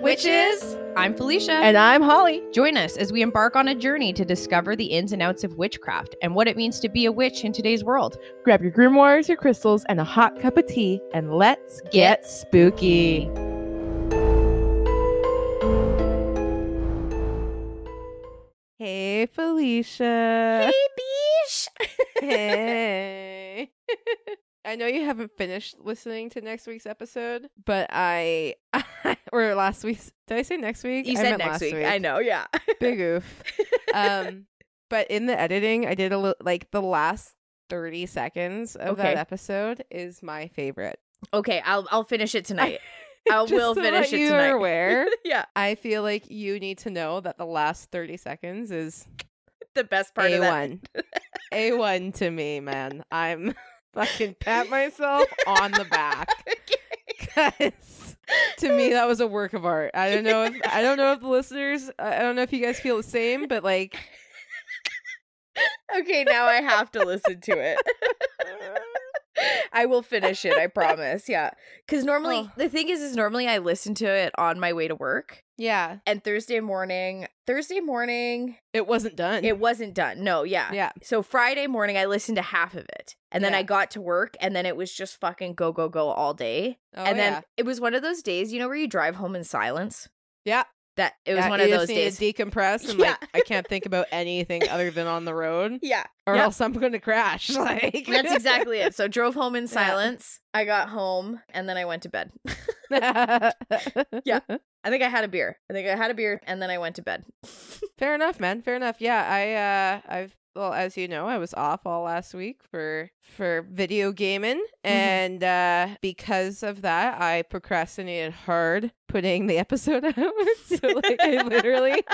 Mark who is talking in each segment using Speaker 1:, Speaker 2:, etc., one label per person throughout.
Speaker 1: Witches! I'm Felicia.
Speaker 2: And I'm Holly.
Speaker 1: Join us as we embark on a journey to discover the ins and outs of witchcraft and what it means to be a witch in today's world.
Speaker 2: Grab your grimoires, your crystals, and a hot cup of tea, and let's get spooky. Hey, Felicia.
Speaker 1: Hey,
Speaker 2: Hey. I know you haven't finished listening to next week's episode, but I or last week's. Did I say next week?
Speaker 1: You
Speaker 2: I
Speaker 1: said
Speaker 2: meant
Speaker 1: next
Speaker 2: last
Speaker 1: week. I know, yeah.
Speaker 2: Big oof. um but in the editing i did a little like the last 30 seconds of
Speaker 1: Okay.
Speaker 2: that episode is my favorite
Speaker 1: okay, I'll I'll finish it tonight. I
Speaker 2: Just
Speaker 1: will
Speaker 2: so
Speaker 1: finish
Speaker 2: that
Speaker 1: it
Speaker 2: you
Speaker 1: tonight.
Speaker 2: are aware
Speaker 1: yeah,
Speaker 2: i feel like you need to know that the last 30 seconds is
Speaker 1: the best part of that.
Speaker 2: a1 a1 to me man i'm fucking pat myself on the back because to me that was a work of art i don't know if i don't know if the listeners i I don't know if you guys feel the same but like
Speaker 1: okay, now I have to listen to it. I will finish it, I promise. Yeah. Cuz normally
Speaker 2: Oh.
Speaker 1: the thing is is normally I listen to it on my way to work
Speaker 2: yeah
Speaker 1: and Thursday morning, Thursday morning
Speaker 2: it wasn't done
Speaker 1: it wasn't done. No, yeah.
Speaker 2: yeah
Speaker 1: So Friday morning I listened to half of it. And then
Speaker 2: Yeah.
Speaker 1: I got to work and then it was just fucking go go go all day.
Speaker 2: Oh,
Speaker 1: and then
Speaker 2: yeah.
Speaker 1: it was one of those days, you know where you drive home in silence?
Speaker 2: Yeah.
Speaker 1: That it was
Speaker 2: Yeah,
Speaker 1: one
Speaker 2: you
Speaker 1: of
Speaker 2: just
Speaker 1: those
Speaker 2: need
Speaker 1: days.
Speaker 2: To decompress and
Speaker 1: Yeah.
Speaker 2: like I can't think about anything other than on the road,
Speaker 1: yeah.
Speaker 2: or
Speaker 1: Yeah.
Speaker 2: else I'm going to crash. Like
Speaker 1: That's exactly it. So drove home in silence. I got home and then I went to bed.
Speaker 2: yeah,
Speaker 1: I think I had a beer. I think I had a beer and then I went to bed.
Speaker 2: fair enough, man. Fair enough. Yeah, I uh, I've well, as you know, I was off all last week for for video gaming, and uh, because of that, I procrastinated hard putting the episode out. so like, I literally.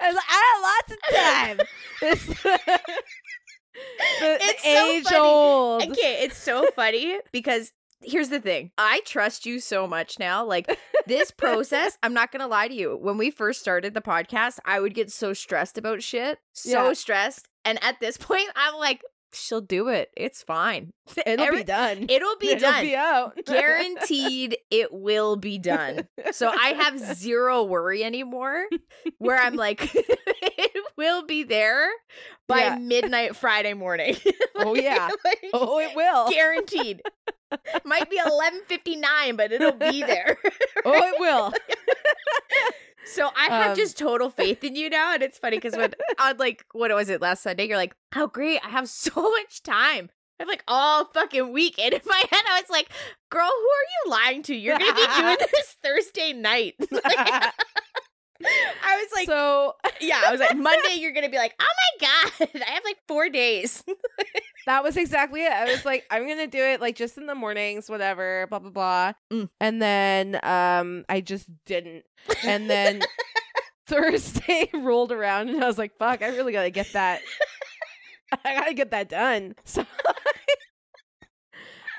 Speaker 2: I was like, I had lots of time. This, the,
Speaker 1: It's so
Speaker 2: age
Speaker 1: funny.
Speaker 2: old.
Speaker 1: okay, it's so funny because here's the thing. I trust you so much now. Like this process, I'm not going to lie to you. When we first started the podcast, I would get so stressed about shit, so
Speaker 2: Yeah.
Speaker 1: stressed. And at this point, I'm like, she'll do it. It's fine.
Speaker 2: It'll
Speaker 1: Every-
Speaker 2: be done.
Speaker 1: It'll be
Speaker 2: It'll
Speaker 1: done.
Speaker 2: be out.
Speaker 1: Guaranteed it will be done. So I have zero worry anymore where I'm like, it will be there by
Speaker 2: Yeah.
Speaker 1: midnight Friday morning.
Speaker 2: Oh, yeah.
Speaker 1: Like,
Speaker 2: Oh, it will.
Speaker 1: guaranteed. Might be 11:59, but it'll be there.
Speaker 2: oh, it will.
Speaker 1: So I have
Speaker 2: Um,
Speaker 1: just total faith in you now, and it's funny because when on like what was it last Sunday, you're like, "How great! I have so much time." I have like all fucking week, and in my head, I was like, "Girl, who are you lying to? You're gonna be doing this Thursday night." Like, I was like,
Speaker 2: so
Speaker 1: "Yeah," I was like, "Monday, you're gonna be like, oh my god, I have like four days."
Speaker 2: that was exactly it. I was like, I'm gonna do it like just in the mornings, whatever, blah blah blah.
Speaker 1: Mm.
Speaker 2: And then um I just didn't. And then Thursday rolled around and I was like, fuck, I really gotta get that. I gotta get that done. So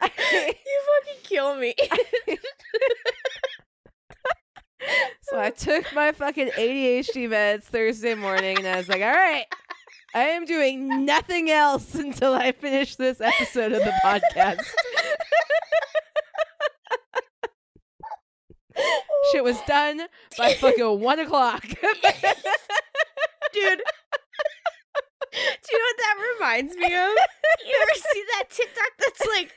Speaker 2: I-
Speaker 1: you fucking kill me.
Speaker 2: So I took my fucking ADHD meds Thursday morning and I was like, all right, I am doing nothing else until I finish this episode of the podcast. Shit was done by fucking one o'clock.
Speaker 1: dude. Do you know what that reminds me of? You ever see that TikTok that's like,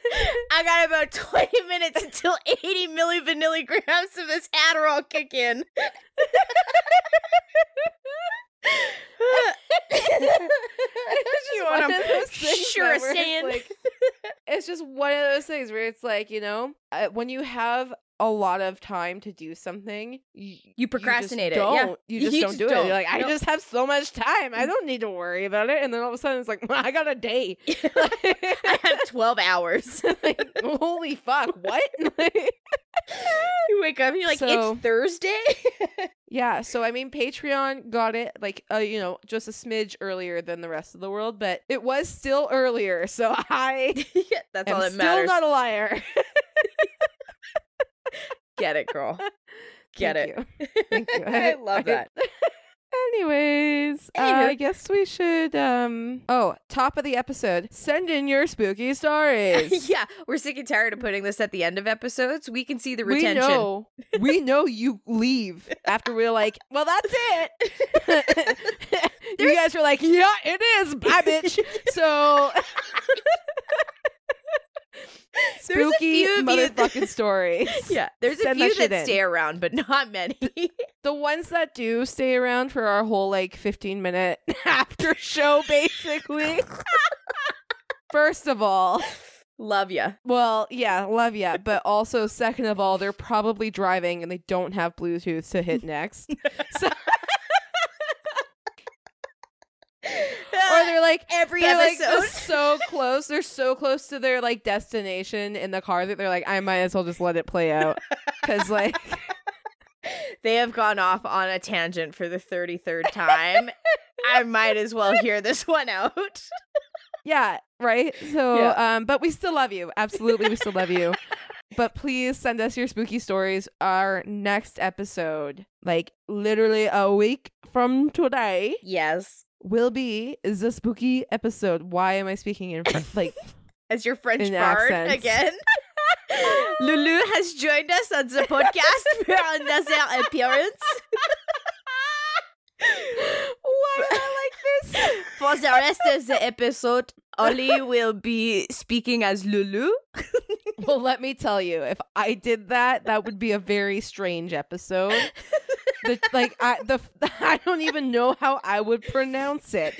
Speaker 1: I got about 20 minutes until 80 millivanilligrams of this Adderall kick in.
Speaker 2: It's just
Speaker 1: you
Speaker 2: one
Speaker 1: want
Speaker 2: of those things
Speaker 1: sure
Speaker 2: that where it's
Speaker 1: saying.
Speaker 2: like- it's just one of those things where it's like, you know, uh, when you have a lot of time to do something, you,
Speaker 1: You procrastinate it,
Speaker 2: You just
Speaker 1: yeah.
Speaker 2: don't, You just
Speaker 1: You
Speaker 2: don't
Speaker 1: just
Speaker 2: do it.
Speaker 1: don't. Mm.
Speaker 2: You're like, I
Speaker 1: No.
Speaker 2: just have so much time. I don't need to worry about it. And then all of a sudden, it's like, I got a day.
Speaker 1: I have 12 hours.
Speaker 2: Like, holy fuck, what?
Speaker 1: You wake up and you're like,
Speaker 2: So-
Speaker 1: it's Thursday?
Speaker 2: yeah. So I mean, Patreon got it like, uh, you know, just a smidge earlier than the rest of the world, but it was still earlier. So I
Speaker 1: Yeah, that's
Speaker 2: am
Speaker 1: all that
Speaker 2: still
Speaker 1: matters.
Speaker 2: not a liar.
Speaker 1: Get it, girl. Get
Speaker 2: Thank
Speaker 1: it.
Speaker 2: you. Thank you.
Speaker 1: I love that.
Speaker 2: I Anyways, uh,
Speaker 1: Anywho.
Speaker 2: I guess we should. um Oh, top of the episode. Send in your spooky stories.
Speaker 1: yeah, we're sick and tired of putting this at the end of episodes. We can see the
Speaker 2: We
Speaker 1: retention.
Speaker 2: know, we know you leave after we're like, well, that's it. you guys were like, yeah, it is, bye, bitch. So
Speaker 1: There's a
Speaker 2: spooky
Speaker 1: few of you that-
Speaker 2: motherfucking stories.
Speaker 1: Yeah, there's
Speaker 2: Send
Speaker 1: a few
Speaker 2: that
Speaker 1: that,
Speaker 2: shit in.
Speaker 1: stay around, but not many.
Speaker 2: The ones that do stay around for our whole like 15 minute after show, basically. First of all,
Speaker 1: Love ya.
Speaker 2: well, yeah, love ya. But also, second of all, they're probably driving and they don't have Bluetooth to hit next. Or they're like,
Speaker 1: every
Speaker 2: they're like
Speaker 1: episode.
Speaker 2: so close. They're so close to their like destination in the car that they're like, I might as well just let it play out. Cause like
Speaker 1: they have gone off on a tangent for the 33rd time. I might as well hear this one out.
Speaker 2: Yeah, right. So, um, but we still love you. Absolutely, we still love you. But please send us your spooky stories. Our next episode, like literally a week from today,
Speaker 1: Yes.
Speaker 2: will be the spooky episode. Why am I speaking in French? Like,
Speaker 1: As your French
Speaker 2: In
Speaker 1: bard
Speaker 2: accents.
Speaker 1: again. Lulu has joined us on the podcast for another appearance.
Speaker 2: why am I like this?
Speaker 1: For the rest of the episode, Ollie will be speaking as Lulu.
Speaker 2: Well, let me tell you, if I did that, that would be a very strange episode. The, like I the I don't even know how I would pronounce it.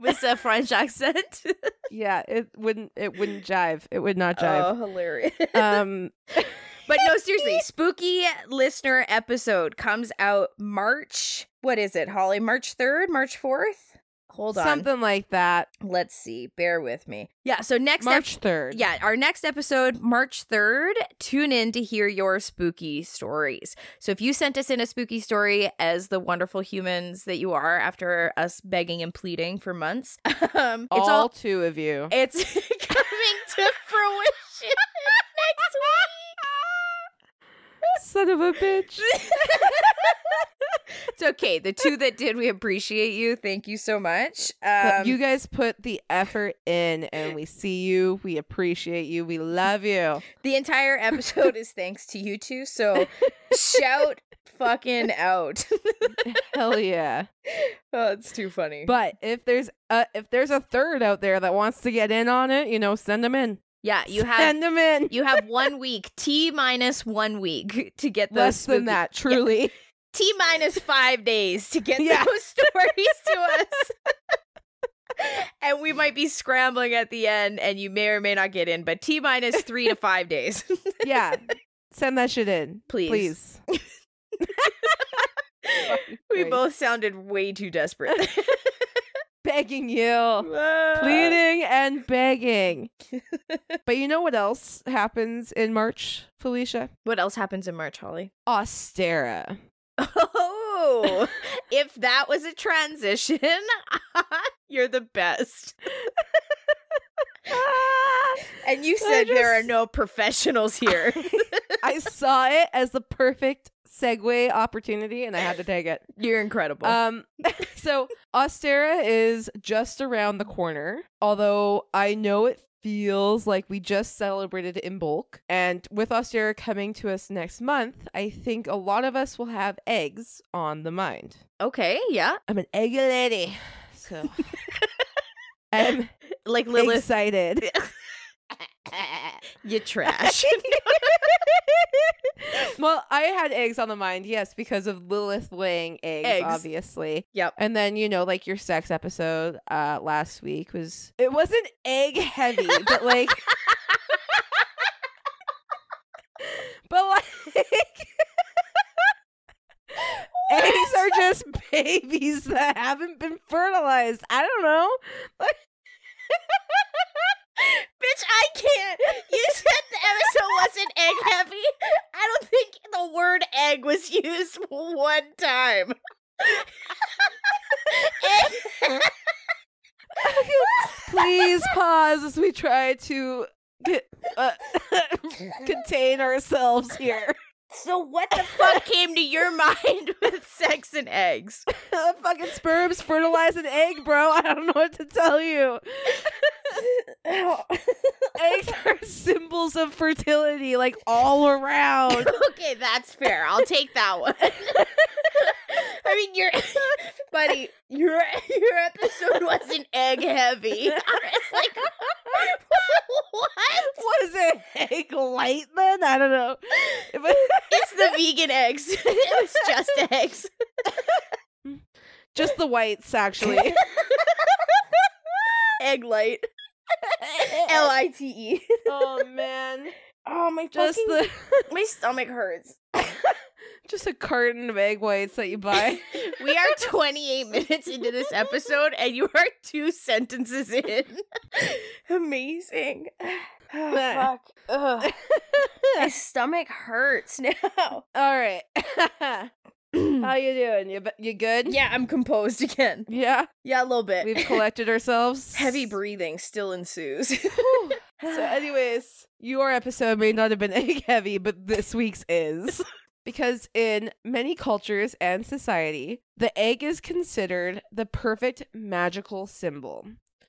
Speaker 1: with a French accent.
Speaker 2: yeah it wouldn't it wouldn't jive it would not jive
Speaker 1: Oh, hilarious.
Speaker 2: um
Speaker 1: But no, seriously, spooky listener episode comes out March. What is it, Holly? March 3rd, March 4th? Hold on.
Speaker 2: something like that
Speaker 1: Let's see. Bear with me. Yeah, so next ep-
Speaker 2: march 3rd
Speaker 1: yeah, our next episode, March 3rd, tune in to hear your spooky stories. So if you sent us in a spooky story as the wonderful humans that you are after us begging and pleading for months, um, it's
Speaker 2: all,
Speaker 1: all
Speaker 2: two of you
Speaker 1: it's coming to fruition next
Speaker 2: son of a bitch
Speaker 1: week. it's okay. The two that did, we appreciate you. Thank you so much.
Speaker 2: But
Speaker 1: Um,
Speaker 2: you guys put the effort in and we see you we appreciate you we love you
Speaker 1: the entire episode is thanks to you two. So shout fucking out.
Speaker 2: hell yeah
Speaker 1: oh, it's too funny.
Speaker 2: but if there's a if there's a third out there that wants to get in on it you know send them in
Speaker 1: yeah, you have
Speaker 2: send them in
Speaker 1: you have one week, t minus one week to get those
Speaker 2: less
Speaker 1: spooky-
Speaker 2: than that truly
Speaker 1: T minus five days to get
Speaker 2: Yeah.
Speaker 1: those stories to us. and we might be scrambling at the end, and you may or may not get in, but T minus three to five days.
Speaker 2: yeah send that shit in
Speaker 1: Please.
Speaker 2: please
Speaker 1: we
Speaker 2: Christ.
Speaker 1: both sounded way too desperate.
Speaker 2: begging you
Speaker 1: Uh,
Speaker 2: pleading and begging. but you know what else happens in March, Felicia?
Speaker 1: What else happens in March, Holly?
Speaker 2: Austera.
Speaker 1: Oh, if that was a transition, you're the best. And you
Speaker 2: I
Speaker 1: said there are
Speaker 2: just-
Speaker 1: no professionals here.
Speaker 2: I saw it as the perfect segue opportunity and I had to take it.
Speaker 1: you're incredible.
Speaker 2: Um so Austera is just around the corner, although I know it feels like we just celebrated it in bulk. And with Austera coming to us next month, I think a lot of us will have eggs on the mind.
Speaker 1: okay, yeah.
Speaker 2: I'm an egg lady. So I'm
Speaker 1: Like Lilith
Speaker 2: excited.
Speaker 1: you trash.
Speaker 2: well, I had eggs on the mind, yes, because of Lilith laying eggs,
Speaker 1: Eggs.
Speaker 2: obviously.
Speaker 1: Yep.
Speaker 2: And then, you know, like your sex episode uh last week was it wasn't egg heavy, but like But like eggs are just babies that haven't been fertilized. I don't know.
Speaker 1: Bitch, I can't. You said the episode wasn't egg heavy. I don't think the word egg was used one time. Egg-
Speaker 2: Please pause as we try to get, uh, contain ourselves here.
Speaker 1: So what the fuck came to your mind with sex and eggs?
Speaker 2: Uh, fucking sperms fertilize an egg, bro. I don't know what to tell you. Eggs are symbols of fertility, like all around.
Speaker 1: okay, that's fair. I'll take that one. I mean, your buddy, your your episode wasn't egg heavy. I was like, what?
Speaker 2: What is it? Egg light then? I don't know. But
Speaker 1: It's the vegan eggs. it was just eggs.
Speaker 2: just the whites, actually.
Speaker 1: Egg light. L I T E.
Speaker 2: oh man.
Speaker 1: Oh my
Speaker 2: Just
Speaker 1: fucking-
Speaker 2: the
Speaker 1: my stomach hurts.
Speaker 2: just a carton of egg whites that you buy.
Speaker 1: We are 28 minutes into this episode, and you are two sentences in. Amazing. Oh,
Speaker 2: fuck.
Speaker 1: Ugh. My stomach hurts now.
Speaker 2: All right. How you doing? You b- you good?
Speaker 1: yeah, I'm composed again.
Speaker 2: Yeah.
Speaker 1: Yeah, a little bit.
Speaker 2: We've collected ourselves.
Speaker 1: Heavy breathing still ensues.
Speaker 2: So, anyways, your episode may not have been egg heavy, but this week's is. Because in many cultures and society, the egg is considered the perfect magical symbol.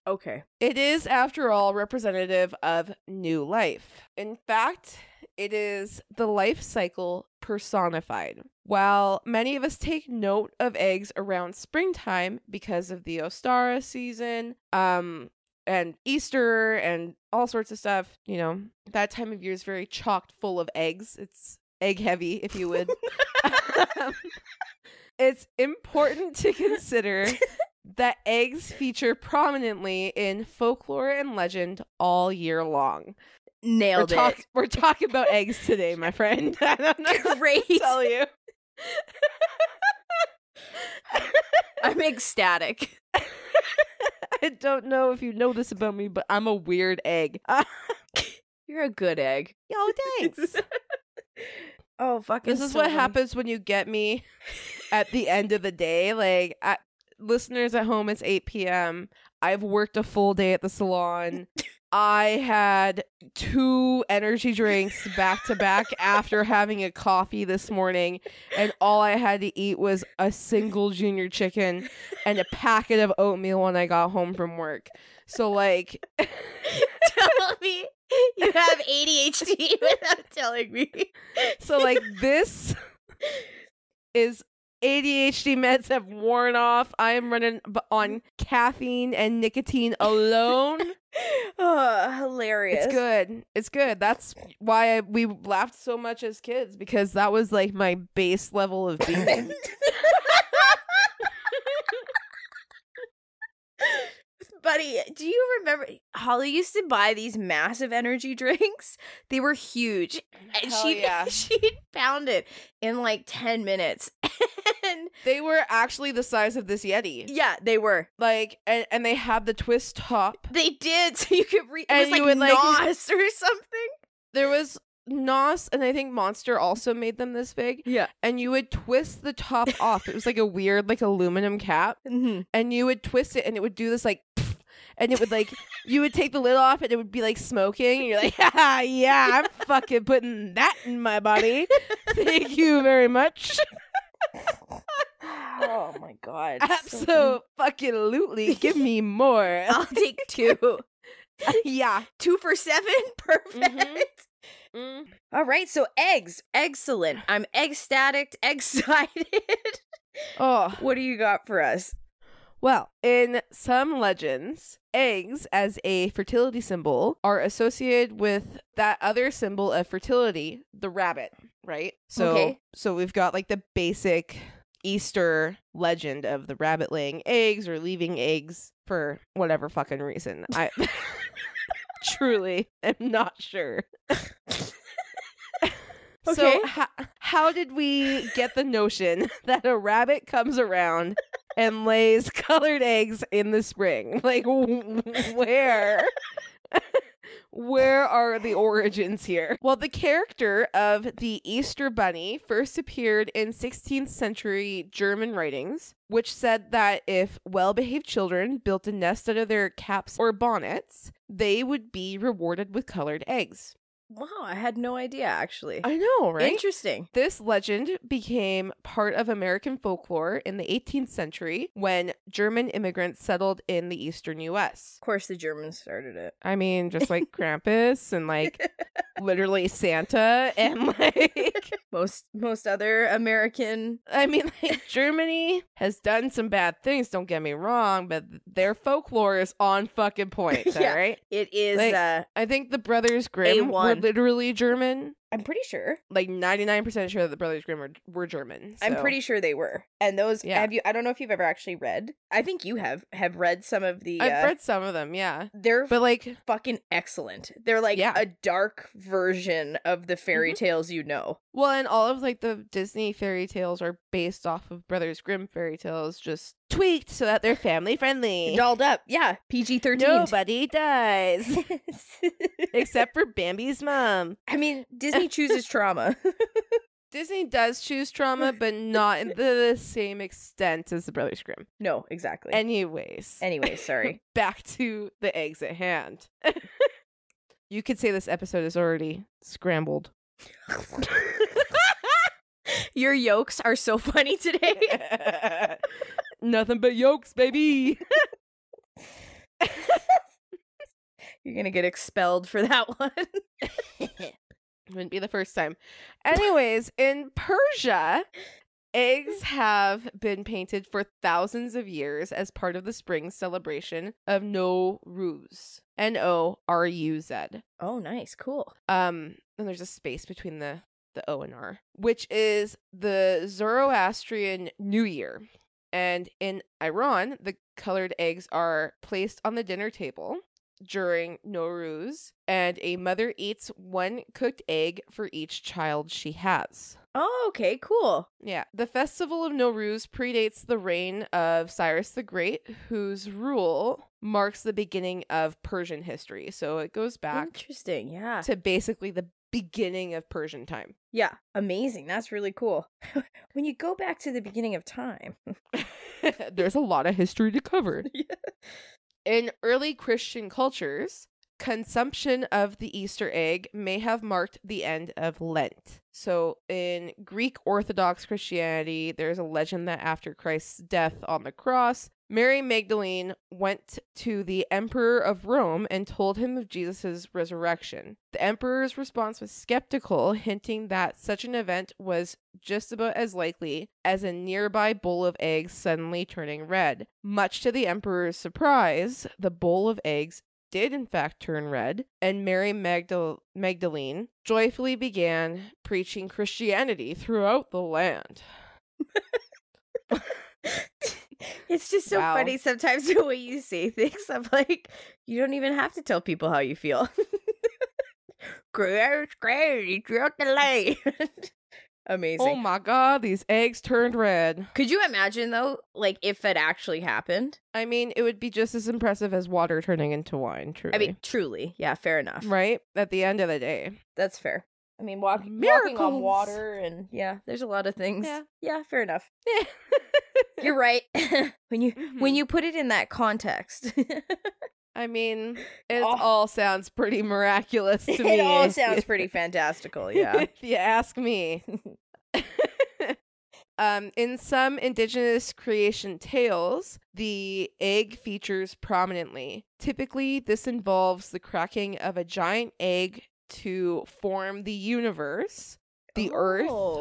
Speaker 1: okay.
Speaker 2: It is, after all, representative of new life. In fact, it is the life cycle personified. While many of us take note of eggs around springtime because of the Ostara season, um, and Easter and all sorts of stuff, you know, that time of year is very chocked full of eggs. It's egg heavy, if you would. Um, it's important to consider that eggs feature prominently in folklore and legend all year long. We're,
Speaker 1: Nailed
Speaker 2: talk- we're talking about eggs today, my friend. I don't know
Speaker 1: it.
Speaker 2: what
Speaker 1: Great.
Speaker 2: to tell you.
Speaker 1: I'm ecstatic.
Speaker 2: I don't know if you know this about me, but I'm a weird egg.
Speaker 1: You're a good egg.
Speaker 2: Yo, thanks.
Speaker 1: Oh, fucking.
Speaker 2: this is what
Speaker 1: so many-
Speaker 2: happens when you get me at the end of the day. Like, I, listeners at home, it's 8 p.m. I've worked a full day at the salon. I had two energy drinks back to back after having a coffee this morning, and all I had to eat was a single junior chicken and a packet of oatmeal when I got home from work. So, like,
Speaker 1: Tell me you have ADHD without telling me.
Speaker 2: So like this is ADHD meds have worn off. I am running b-
Speaker 1: Mm-hmm.
Speaker 2: on caffeine and nicotine alone.
Speaker 1: Oh, hilarious.
Speaker 2: it's good. It's good. That's why I, we laughed so much as kids because that was like my base level of being.
Speaker 1: Buddy, do you remember Holly used to buy these massive energy drinks? They were huge. And
Speaker 2: Hell
Speaker 1: she
Speaker 2: yeah.
Speaker 1: she'd pound it in like 10 minutes. and
Speaker 2: they were actually the size of this Yeti.
Speaker 1: yeah, they were.
Speaker 2: Like and, and they had the twist top.
Speaker 1: They did. So you could read it
Speaker 2: And
Speaker 1: was like
Speaker 2: you would, like-
Speaker 1: NOS or something.
Speaker 2: There was Nos and I think Monster also made them this big.
Speaker 1: Yeah.
Speaker 2: And you would twist the top off. It was like a weird like aluminum cap.
Speaker 1: Mm-hmm.
Speaker 2: and you would twist it and it would do this like pfft, and it would like you would take the lid off and it would be like smoking and you're like ah, yeah i'm fucking putting that in my body thank you very much
Speaker 1: Oh my god.
Speaker 2: absolutely give me more
Speaker 1: I'll take two.
Speaker 2: yeah
Speaker 1: two for seven? Perfect. Mm-hmm. All right, so eggs. Excellent. I'm ecstatic, excited.
Speaker 2: oh
Speaker 1: what do you got for us?
Speaker 2: Well, in some legends, eggs as a fertility symbol are associated with that other symbol of fertility, the rabbit, right? So
Speaker 1: Okay.
Speaker 2: so we've got like the basic Easter legend of the rabbit laying eggs or leaving eggs for whatever fucking reason. I truly am not sure.
Speaker 1: Okay.
Speaker 2: So, ho- how did we get the notion that a rabbit comes around and lays colored eggs in the spring? Like, w- where? Where are the origins here? Well, the character of the Easter Bunny first appeared in 16th century German writings, which said that if well behaved children built a nest under their caps or bonnets, they would be rewarded with colored eggs.
Speaker 1: Wow, I had no idea actually.
Speaker 2: I know, right?
Speaker 1: Interesting.
Speaker 2: This legend became part of American folklore in the 18th century when German immigrants settled in the eastern US.
Speaker 1: Of course, the Germans started it.
Speaker 2: I mean, just like Krampus and like literally Santa and like
Speaker 1: Most most other American.
Speaker 2: I mean, like Germany has done some bad things, don't get me wrong, but their folklore is on fucking point,
Speaker 1: Yeah.
Speaker 2: all right?
Speaker 1: It is.
Speaker 2: Like-
Speaker 1: uh
Speaker 2: I think the Brothers Grimm were
Speaker 1: A1.
Speaker 2: literally German.
Speaker 1: I'm pretty sure.
Speaker 2: Like 99% sure that the Brothers Grimm were, were German.
Speaker 1: I'm
Speaker 2: so-
Speaker 1: pretty sure they were. And those
Speaker 2: Yeah.
Speaker 1: have you. I don't know if you've ever actually read. I think you have have read some of the. uh,
Speaker 2: I've read some of them, yeah.
Speaker 1: They're
Speaker 2: But like
Speaker 1: fucking excellent. They're like
Speaker 2: Yeah.
Speaker 1: a dark version of the fairy
Speaker 2: Mhm.
Speaker 1: tales you know.
Speaker 2: Well, and all of like the Disney fairy tales are based off of Brothers Grimm fairy tales, just tweaked so that they're family friendly.
Speaker 1: Dolled up. Yeah. PG 13.
Speaker 2: Nobody dies except for Bambi's mom.
Speaker 1: I mean, Disney chooses trauma.
Speaker 2: Disney does choose trauma, but not in the same extent as the Brothers Grimm.
Speaker 1: no, exactly.
Speaker 2: Anyways,
Speaker 1: anyway, sorry.
Speaker 2: back to the eggs at hand. you could say this episode is already scrambled.
Speaker 1: Your yolks are so funny today.
Speaker 2: Nothing but yolks, baby.
Speaker 1: You're going to get expelled for that one.
Speaker 2: Wouldn't be the first time. Anyways, in Persia, eggs have been painted for thousands of years as part of the spring celebration of Nowruz. N O R U Z.
Speaker 1: oh, nice. Cool.
Speaker 2: Um, and there's a space between the the O and R, which is the Zoroastrian New Year. And in Iran, the colored eggs are placed on the dinner table during Nowruz, and a mother eats one cooked egg for each child she has.
Speaker 1: Oh, okay. Cool.
Speaker 2: Yeah. The festival of Nowruz predates the reign of Cyrus the Great, whose rule marks the beginning of Persian history. So it goes back
Speaker 1: Interesting. Yeah.
Speaker 2: to basically the beginning of Persian time.
Speaker 1: Yeah. Amazing. That's really cool. when you go back to the beginning of time.
Speaker 2: There's a lot of history to cover. In early Christian cultures, consumption of the Easter egg may have marked the end of Lent. So, in Greek Orthodox Christianity, there's a legend that after Christ's death on the cross, Mary Magdalene went to the emperor of Rome and told him of Jesus' resurrection. The emperor's response was skeptical, hinting that such an event was just about as likely as a nearby bowl of eggs suddenly turning red. Much to the emperor's surprise, the bowl of eggs did in fact turn red, and Mary Magdal- Magdalene joyfully began preaching Christianity throughout the land.
Speaker 1: it's just so
Speaker 2: Wow.
Speaker 1: funny sometimes the way you say things. I'm like, you don't even have to tell people how you feel. Great, great, throughout the land. Amazing.
Speaker 2: Oh my god, these eggs turned red.
Speaker 1: Could you imagine though, like if it actually happened?
Speaker 2: I mean, it would be just as impressive as water turning into wine, truly.
Speaker 1: I mean, uh, truly, yeah, fair enough.
Speaker 2: right? At the end of the day.
Speaker 1: That's fair. I mean, walk- walking on
Speaker 2: Miracles.
Speaker 1: water and yeah, there's a lot of things.
Speaker 2: Yeah.
Speaker 1: yeah fair enough. You're right. when you
Speaker 2: Hmm.
Speaker 1: when you put it in that context,
Speaker 2: I mean, it
Speaker 1: Oh.
Speaker 2: all sounds pretty miraculous to
Speaker 1: it
Speaker 2: me.
Speaker 1: all sounds pretty fantastical. Yeah.
Speaker 2: if you ask me. um, in some indigenous creation tales, the egg features prominently. Typically, this involves the cracking of a giant egg to form the universe, the
Speaker 1: Oh.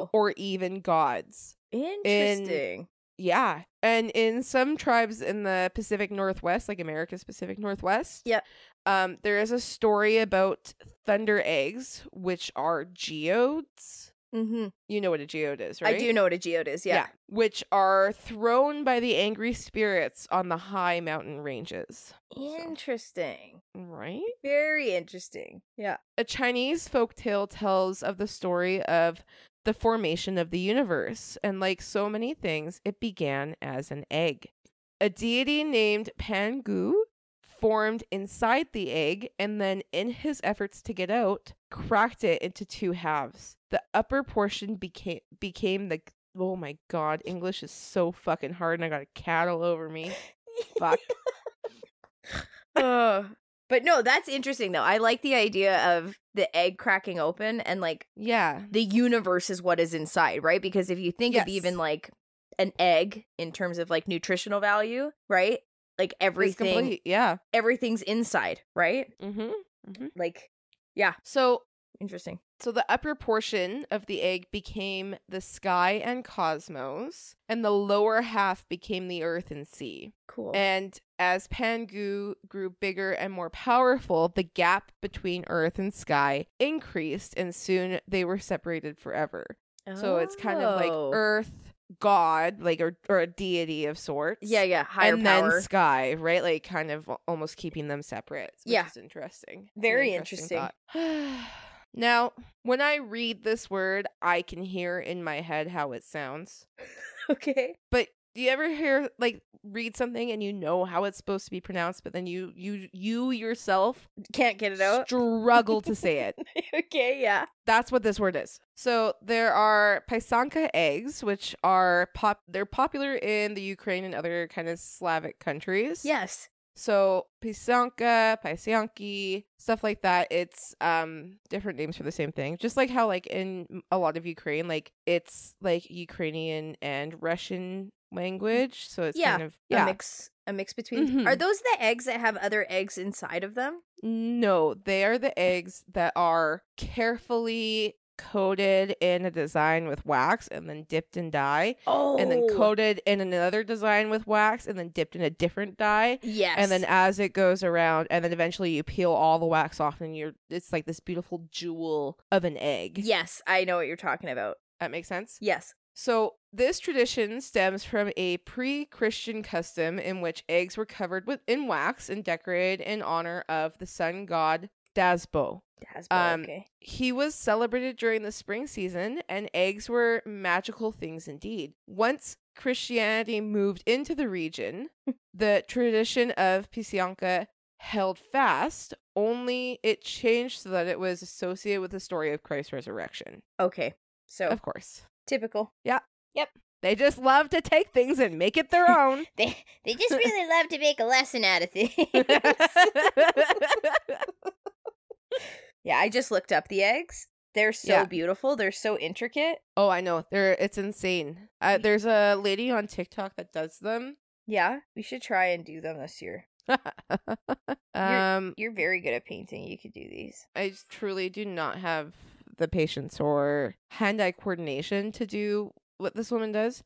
Speaker 2: earth, or even gods.
Speaker 1: Interesting.
Speaker 2: Yeah. And in some tribes in the Pacific Northwest, like America's Pacific Northwest,
Speaker 1: Yep.
Speaker 2: um, there is a story about thunder eggs, which are geodes.
Speaker 1: mm-hmm.
Speaker 2: You know what a geode is, right?
Speaker 1: I do know what a geode is. Yeah.
Speaker 2: Which are thrown by the angry spirits on the high mountain ranges.
Speaker 1: Interesting.
Speaker 2: Right?
Speaker 1: Very interesting. Yeah.
Speaker 2: A Chinese folktale tells of the story of the formation of the universe, and like so many things, it began as an egg. A deity named Pangu formed inside the egg and then, in his efforts to get out, cracked it into two halves. The upper portion became became the oh my god, English is so fucking hard, and I got a cat all over me. Fuck.
Speaker 1: oh, But no, that's interesting though. I like the idea of the egg cracking open and like
Speaker 2: Yeah.
Speaker 1: the universe is what is inside, right? Because if you think
Speaker 2: Yes.
Speaker 1: of even like an egg in terms of like nutritional value, right? Like
Speaker 2: It's
Speaker 1: everything
Speaker 2: complete. Yeah.
Speaker 1: everything's inside, right?
Speaker 2: Mm-hmm.
Speaker 1: Like
Speaker 2: So
Speaker 1: interesting.
Speaker 2: So the upper portion of the egg became the sky and cosmos, and the lower half became the earth and sea.
Speaker 1: Cool.
Speaker 2: And as Pangu grew bigger and more powerful, the gap between earth and sky increased, and soon they were separated forever. So it's kind of like
Speaker 1: Oh.
Speaker 2: earth, God, like or, or a deity of sorts.
Speaker 1: Yeah, yeah, higher
Speaker 2: and
Speaker 1: power.
Speaker 2: then sky, right? Like kind of al- almost keeping them separate. Which
Speaker 1: Yeah.
Speaker 2: is interesting. It's an
Speaker 1: Very
Speaker 2: thought. now, when I read this word, I can hear in my head how it sounds.
Speaker 1: okay.
Speaker 2: But do you ever hear like read something and you know how it's supposed to be pronounced, but then you you you yourself
Speaker 1: Can't get it out.
Speaker 2: struggle to say it?
Speaker 1: okay, yeah.
Speaker 2: That's what this word is. So there are paisanka eggs, which are pop. They're popular in the Ukraine and other kind of Slavic countries.
Speaker 1: Yes.
Speaker 2: So pisanka, paisanki, stuff like that. It's um different names for the same thing. Just like how like in a lot of Ukraine, like it's like Ukrainian and Russian language. So it's
Speaker 1: Yeah,
Speaker 2: kind of
Speaker 1: A
Speaker 2: yeah.
Speaker 1: mix a mix between
Speaker 2: Mhm.
Speaker 1: Are those the eggs that have other eggs inside of them?
Speaker 2: No, they are the eggs that are carefully coated in a design with wax and then dipped in dye
Speaker 1: Oh.
Speaker 2: and then coated in another design with wax and then dipped in a different dye
Speaker 1: Yes.
Speaker 2: and then as it goes around and then eventually you peel all the wax off and you're it's like this beautiful jewel of an egg
Speaker 1: Yes, I know what you're talking about.
Speaker 2: that makes sense
Speaker 1: Yes.
Speaker 2: so this tradition stems from a pre-christian custom in which eggs were covered with in wax and decorated in honor of the sun god dasbo
Speaker 1: Hasbro,
Speaker 2: Um,
Speaker 1: okay.
Speaker 2: he was celebrated during the spring season, and eggs were magical things indeed. Once Christianity moved into the region, the tradition of Pisyanka held fast, only it changed so that it was associated with the story of Christ's resurrection.
Speaker 1: Okay. So
Speaker 2: Of course.
Speaker 1: typical.
Speaker 2: They just love to take things and make it their own.
Speaker 1: They they just really love to make a lesson out of things. yeah, I just looked up the eggs. They're so
Speaker 2: Yeah.
Speaker 1: beautiful. They're so intricate.
Speaker 2: oh, I know. They're, it's insane. Uh, there's a lady on TikTok that does them.
Speaker 1: Yeah, we should try and do them this year.
Speaker 2: um,
Speaker 1: You're very good at painting. You could do these.
Speaker 2: I just truly do not have the patience or hand eye coordination to do what this woman does.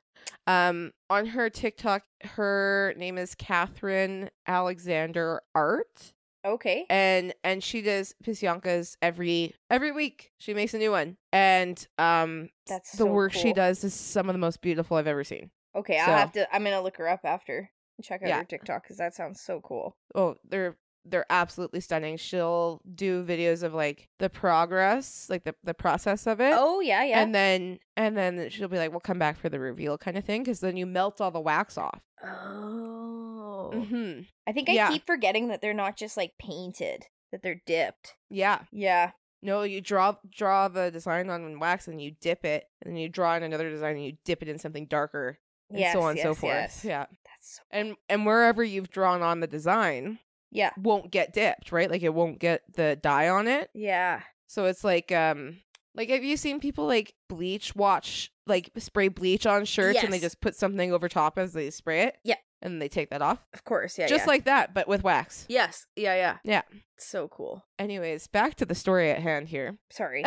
Speaker 2: Um, on her TikTok, her name is Catherine Alexander Art,
Speaker 1: Okay.
Speaker 2: and and she does pisyankas every every week. She makes a new one, and um,
Speaker 1: That's
Speaker 2: the
Speaker 1: so
Speaker 2: work she
Speaker 1: cool.
Speaker 2: does is some of the most beautiful I've ever seen.
Speaker 1: Okay, I'll
Speaker 2: So-
Speaker 1: have to. I'm gonna look her up after and check out
Speaker 2: Yeah.
Speaker 1: her TikTok because that sounds so cool.
Speaker 2: oh they're they're absolutely stunning she'll do videos of like the progress like the, the process of it
Speaker 1: Oh yeah, yeah.
Speaker 2: and then and then she'll be like we'll come back for the reveal kind of thing because then you melt all the wax off
Speaker 1: oh,
Speaker 2: hmm
Speaker 1: I think I
Speaker 2: Yeah.
Speaker 1: keep forgetting that they're not just like painted; that they're dipped.
Speaker 2: yeah
Speaker 1: Yeah.
Speaker 2: no you draw draw the design on wax and you dip it and then you draw in another design and you dip it in something darker and
Speaker 1: yes,
Speaker 2: so on and so
Speaker 1: yes,
Speaker 2: forth
Speaker 1: yes.
Speaker 2: yeah
Speaker 1: That's so.
Speaker 2: and and wherever you've drawn on the design
Speaker 1: Yeah.
Speaker 2: won't get dipped right like it won't get the dye on it
Speaker 1: Yeah.
Speaker 2: So it's like um like have you seen people like bleach watch like spray bleach on shirts and they
Speaker 1: Yes.
Speaker 2: just put something over top as they spray it?
Speaker 1: Yeah.
Speaker 2: And they take that off.
Speaker 1: Of course. Yeah.
Speaker 2: just
Speaker 1: yeah.
Speaker 2: like that, but with wax.
Speaker 1: Yes. Yeah. Yeah.
Speaker 2: Yeah.
Speaker 1: So cool.
Speaker 2: Anyways, back to the story at hand here.
Speaker 1: Sorry,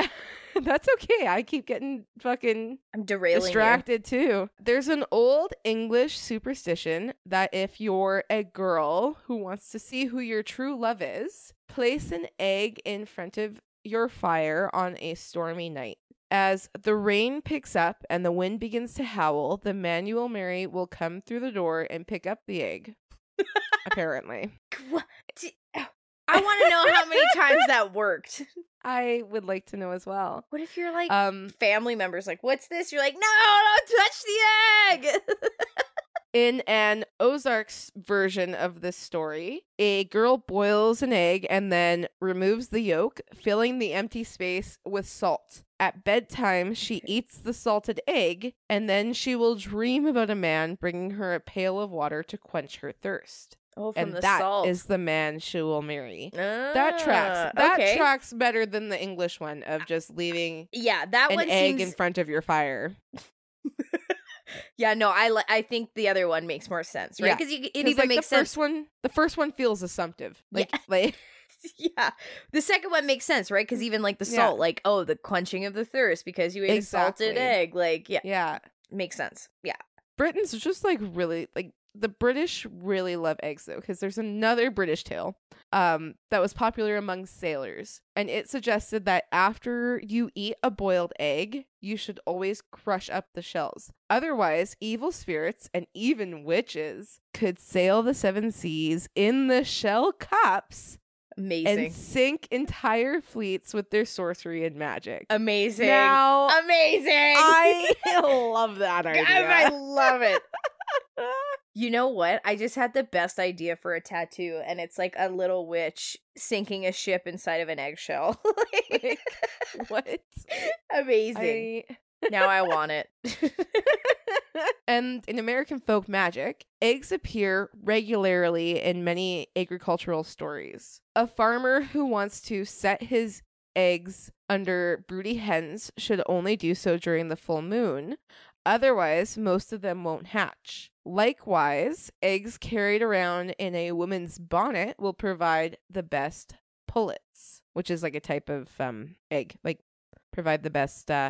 Speaker 2: That's okay. I keep getting fucking
Speaker 1: I'm derailing. you.
Speaker 2: distracted too. There's an old English superstition that if you're a girl who wants to see who your true love is, place an egg in front of your fire on a stormy night. As the rain picks up and the wind begins to howl, the man you will marry will come through the door and pick up the egg. Apparently.
Speaker 1: What? D- oh, I want to know how many times that worked.
Speaker 2: I would like to know as well.
Speaker 1: What if you're like
Speaker 2: Um
Speaker 1: family members? Like, what's this? You're like, no, don't touch the egg.
Speaker 2: In an Ozarks version of this story, a girl boils an egg and then removes the yolk, filling the empty space with salt. At bedtime, she eats the salted egg, and then she will dream about a man bringing her a pail of water to quench her thirst.
Speaker 1: Oh, from
Speaker 2: and that
Speaker 1: the
Speaker 2: is
Speaker 1: salt.
Speaker 2: the man she will marry. That tracks.
Speaker 1: Ah,
Speaker 2: That
Speaker 1: okay.
Speaker 2: tracks better than the English one of just leaving
Speaker 1: Yeah, that
Speaker 2: an
Speaker 1: one
Speaker 2: egg
Speaker 1: seems.
Speaker 2: in front of your fire.
Speaker 1: yeah, no, I li- I think the other one makes more sense, right?
Speaker 2: Yeah.
Speaker 1: Because it
Speaker 2: 'Cause,
Speaker 1: even
Speaker 2: like,
Speaker 1: makes
Speaker 2: the
Speaker 1: sense.
Speaker 2: first one, the first one feels assumptive. Like, like
Speaker 1: yeah, the second one makes sense, right? Because even like the
Speaker 2: Mm, Yeah.
Speaker 1: salt, like oh, the quenching of the thirst because you ate a salted
Speaker 2: Exactly.
Speaker 1: egg, like yeah,
Speaker 2: yeah,
Speaker 1: makes sense. Yeah,
Speaker 2: Britain's just like really like the British really love eggs though because there's another British tale um that was popular among sailors and it suggested that after you eat a boiled egg you should always crush up the shells otherwise evil spirits and even witches could sail the seven seas in the shell cups
Speaker 1: amazing,
Speaker 2: and sink entire fleets with their sorcery and magic
Speaker 1: amazing,
Speaker 2: now
Speaker 1: amazing.
Speaker 2: I love that
Speaker 1: God,
Speaker 2: idea
Speaker 1: I love it. You know what? I just had the best idea for a tattoo, and it's like a little witch sinking a ship inside of an eggshell. Like,
Speaker 2: what
Speaker 1: amazing.
Speaker 2: I-
Speaker 1: Now I want it.
Speaker 2: and in American folk magic, eggs appear regularly in many agricultural stories. A farmer who wants to set his eggs under broody hens should only do so during the full moon. Otherwise, most of them won't hatch. Likewise, eggs carried around in a woman's bonnet will provide the best pullets, which is like a type of um egg, like provide the best uh